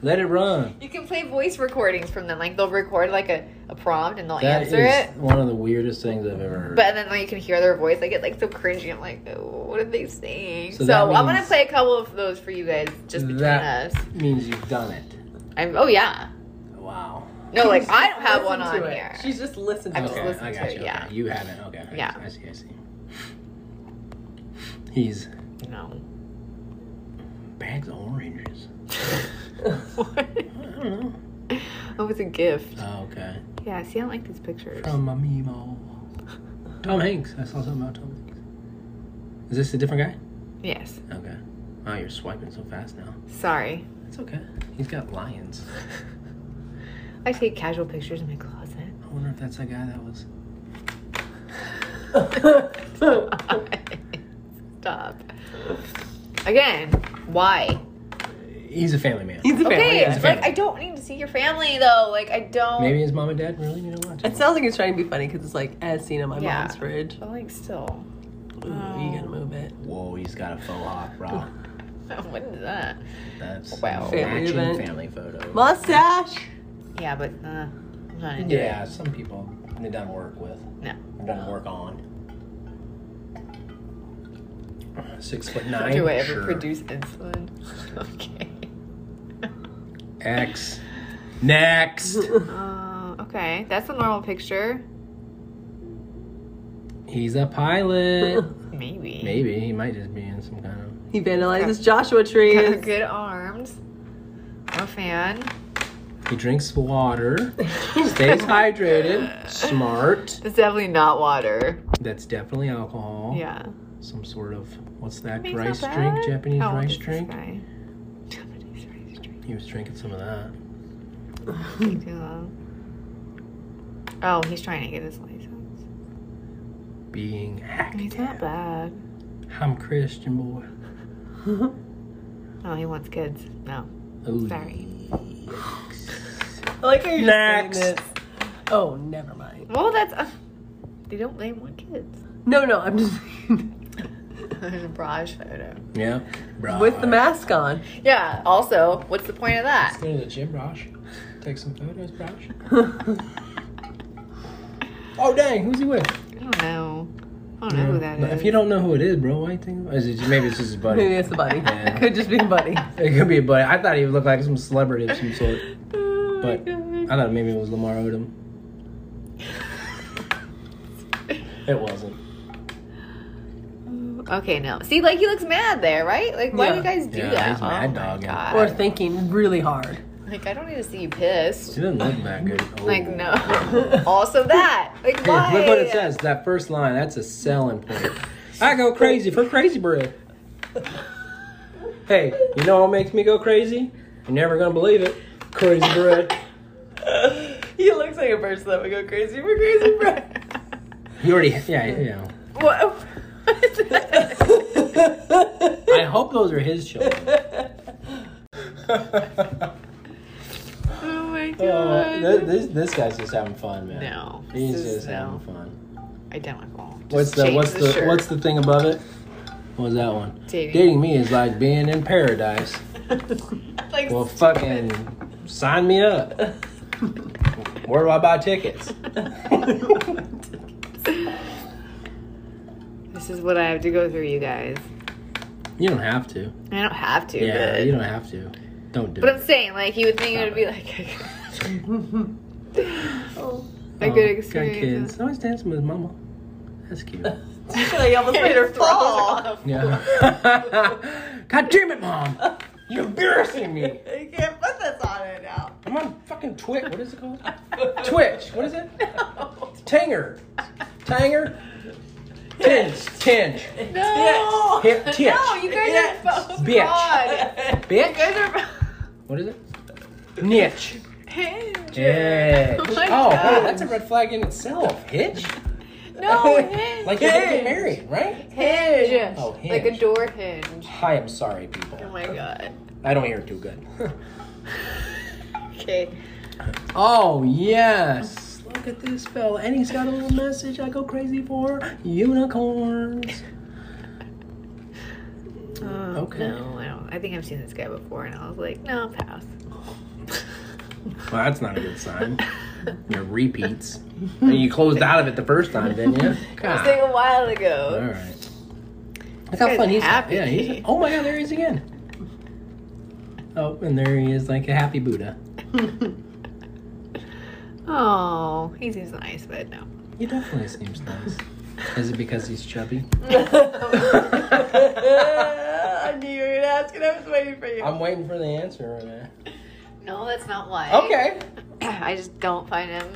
S2: Let it run.
S1: You can play voice recordings from them. Like they'll record like a, a prompt and they'll
S2: That is
S1: answer it.
S2: one of the weirdest things I've ever heard.
S1: But then like, you can hear their voice. I get like so cringy. I'm like, oh, what are they saying?
S2: So
S1: So,
S2: that
S1: I'm gonna
S2: means-
S1: play a couple of those for you guys, just between
S2: That-
S1: us.
S2: means you've done it.
S1: I'm. Oh yeah.
S2: Wow.
S1: No,
S3: She's
S1: like
S3: just
S1: I don't have one
S3: listened
S1: on
S3: to it.
S1: here.
S3: She's just listened to
S1: I'm
S3: it.
S1: just listening
S2: I
S1: to
S2: got
S1: it,
S2: you.
S1: yeah.
S2: Okay. You haven't. Okay. I-
S1: Yeah.
S2: I, see. I see. He's
S1: No.
S2: bags of oranges. I
S1: what?
S2: don't know.
S1: Oh, it's a gift.
S2: Oh, okay.
S1: Yeah. See, I don't like these pictures.
S2: From my Mimo. Tom Hanks. I saw something about Tom Hanks. Is this a different guy?
S1: Yes.
S2: Okay. Wow, you're swiping so fast now.
S1: Sorry.
S2: It's okay. He's got lions.
S1: I take casual pictures in my closet.
S2: I wonder if that's the guy that was.
S1: Stop. Again, why?
S2: He's a family man.
S3: He's a
S1: Okay,
S3: family.
S2: a
S1: like
S2: family.
S1: I don't need to see your family though. Like I don't.
S2: Maybe his mom and dad really didn't want to.
S3: It sounds like he's trying to be funny because it's like, as seen on my
S1: Yeah. Oh.
S3: mom's fridge.
S1: But like still.
S3: Ooh, you gotta move it.
S2: Whoa, he's got a faux hawk, bro.
S1: what is that?
S2: That's
S1: Wow.
S2: family
S3: Family event.
S2: family photo.
S3: Mustache.
S1: Yeah, but uh, I'm not into
S2: Yeah, some people they done work with.
S1: No.
S2: They done work on. Six foot nine.
S1: it. Do I ever
S2: Sure.
S1: produce insulin? okay.
S2: X. Next.
S1: Uh, okay, that's a normal picture.
S2: He's a pilot.
S1: Maybe.
S2: Maybe he might just be in some kind of.
S3: He vandalizes Joshua trees.
S1: Good arms. I'm a fan.
S2: He drinks water. stays hydrated. Smart.
S1: It's definitely not water.
S2: That's definitely alcohol.
S1: Yeah.
S2: some sort of what's that
S1: Be so
S2: Oh. rice
S1: bad.
S2: drink? Japanese
S1: How old
S2: rice
S1: is this
S2: drink.
S1: guy? Japanese rice drink.
S2: He was drinking some of that.
S1: Take too long. Oh, he's trying to get his license.
S2: Being
S1: He's
S2: hacked.
S1: not bad.
S2: I'm Christian boy.
S1: Oh, he wants kids. No.
S2: Ooh.
S1: Sorry.
S3: I like how you're just saying
S2: Next.
S3: this. Oh, never mind.
S1: Well, that's. Uh, they don't blame want kids.
S3: No, no, I'm just
S1: There's a barrage photo.
S2: Yeah. Brosh.
S3: with the mask on.
S1: Yeah, also, what's the point of that?
S2: Go to the gym, Brosh. Take some photos, Brosh. oh dang, who's he with?
S1: I don't know. I don't know who that is.
S2: No, If you don't know who it is, bro, why you think? Or is it maybe it's just his buddy?
S3: Maybe it's the buddy.
S2: Yeah.
S3: It could just be a buddy.
S2: It could be a buddy. I thought he looked like some celebrity of some sort.
S1: Oh,
S2: But I thought maybe it was Lamar Odom. It wasn't.
S1: Okay, no. See, like he looks mad there, right? Like, why do you
S3: Yeah.
S1: guys do
S2: Yeah,
S1: that?
S2: he's mad
S1: oh my
S2: dogging.
S1: God.
S3: Or thinking really hard.
S1: like, I don't need to see you pissed.
S2: She doesn't look that good. Oh.
S1: Like, no. also that. Like,
S2: Here,
S1: why?
S2: look what it says. That first line. That's a selling point. I go crazy for crazy bread. Hey, you know what makes me go crazy? You're never gonna believe it. Crazy bread.
S3: He looks like a person that would go crazy for crazy bread.
S2: You already, yeah, you know.
S1: What? what is that?
S2: I hope those are his children.
S1: Oh my
S2: Oh,
S1: god.
S2: th- this this guy's just having fun, man.
S1: no.
S2: He's
S1: this is
S2: just having
S1: no.
S2: fun.
S1: Identical. Just
S2: What's the
S1: change
S2: what's the,
S1: shirt.
S2: what's the thing above it? What was that one?
S1: Dating.
S2: Dating me is like being in paradise.
S1: Like,
S2: Well, fucking sign me up. Where do I buy tickets?
S1: this is what I have to go through, you guys.
S2: You don't have to.
S1: I don't have to,
S2: Yeah,
S1: but.
S2: you don't have to. Don't do
S1: But I'm
S2: it. Oh,
S1: saying, like, you would think it would be like a, a good
S2: Got
S1: experience.
S2: kids. Always dancing with mama. That's cute.
S3: I almost made her fall.
S2: Yeah. God damn it, mom! You're embarrassing me.
S3: I can't put this on it now.
S2: I'm on fucking Twitch. What is it called? Twitch. What is it? Tanger. Tanger. Tinge. Tinge.
S1: No!
S2: Hip. Titch.
S1: No, you guys
S3: Yeah.
S1: are both
S2: Bitch.
S1: God. You
S2: Bitch.
S1: guys are both
S2: What is it? Niche.
S1: hinge.
S2: Hitch.
S1: Oh
S2: Oh,
S1: my
S2: wow,
S1: God.
S2: that's a red flag in itself. Hitch?
S3: Oh,
S1: No, hinge.
S2: Like you're getting married, right?
S1: hinge.
S2: Oh, hinge.
S1: Like a door hinge.
S2: I am sorry,
S1: Oh
S2: people.
S1: my god.
S2: I don't hear it too good.
S1: Okay.
S2: oh, yes. Look at this fella. And he's got a little message I go crazy for unicorns. Okay.
S1: Um, No, I don't. I think I've seen this guy before, and I was like, no, pass.
S2: Well, that's not a good sign. Your repeats. And you closed out of it the first time, didn't you?
S1: It was
S2: God.
S1: like a while ago.
S2: Ah. All right. Look how
S1: guy's
S2: fun he's
S1: happy.
S2: Yeah, he's. Oh my God, there he is again. Oh, and there he is, like a happy Buddha.
S1: Oh, he seems nice, but no.
S2: He definitely seems nice. Is it because he's chubby?
S3: I knew you were gonna ask, and I was waiting for you.
S2: I'm waiting for the answer, man.
S1: No, that's not why.
S2: Okay.
S1: I just don't find him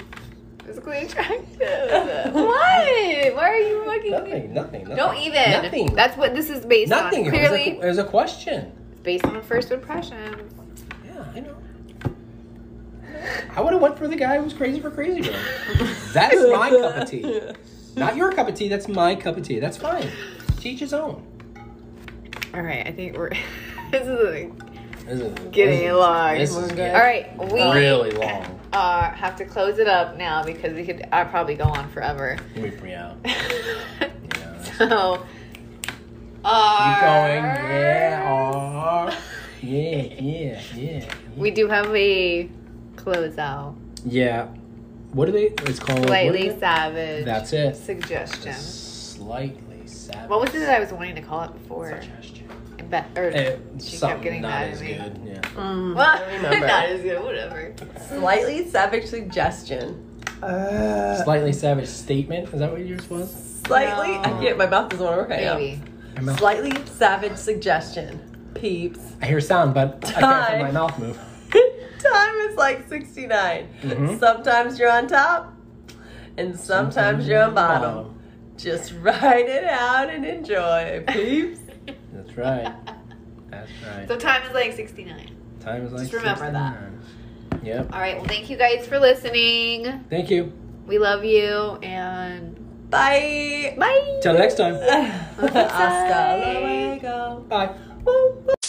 S1: physically attractive. Why? Why are you fucking?
S2: Nothing, nothing, nothing.
S1: Don't even.
S2: Nothing.
S1: That's what this is based
S2: nothing.
S1: on.
S2: It was,
S1: Clearly,
S2: a, it was a question.
S1: it's based on first impression.
S2: Yeah, I know. I would have went for the guy who was crazy for crazy girl. That's my cup of tea. Not your cup of tea. That's my cup of tea. That's fine. Teach his own.
S1: All right, I think we're. this is like
S2: This is,
S1: getting
S2: this,
S1: long.
S2: This is
S1: All
S2: good.
S1: right, we
S2: Really long.
S1: uh, have to close it up now because we could. I probably go on forever.
S2: We free out. Yeah.
S1: so.
S2: Keep
S1: Are
S2: going. Yeah. aw. Yeah. Yeah. Yeah.
S1: We do have a closeout.
S2: Yeah. What do they? It's called what
S1: Slightly
S2: is it?
S1: savage.
S2: That's it.
S1: suggestion.
S2: Slightly savage.
S1: What was it that I was wanting to call it before?
S2: Suggestion.
S1: I bet- or
S2: Eh,
S1: she kept
S2: something
S1: getting
S2: not
S1: mad
S2: as
S1: at me.
S2: good. Yeah.
S3: Mm,
S1: Well,
S3: I remember.
S1: not as good, whatever.
S3: Slightly savage suggestion. Uh,
S2: Slightly savage statement. Is that what yours was?
S3: slightly.
S1: No.
S3: I can't. My mouth doesn't want to work right
S1: Maybe.
S2: My
S3: now.
S2: mouth-
S3: Slightly savage suggestion. Peeps.
S2: I hear sound, but I can't
S3: Time.
S2: feel my mouth move.
S3: Time is like 69.
S2: Mhm.
S3: Mm-hmm. Sometimes you're on top, and sometimes, you're on bottom. Just ride it out and enjoy, peeps.
S2: That's right. That's right.
S1: So time is like 69.
S2: Time is like
S1: Just remember that.
S2: 69. Yep.
S1: All right. Well, thank you guys for listening.
S2: Thank you.
S1: We love you and
S3: Bye.
S1: bye.
S2: Till next time.
S3: Hasta luego.
S2: Bye.
S3: Woo, woo.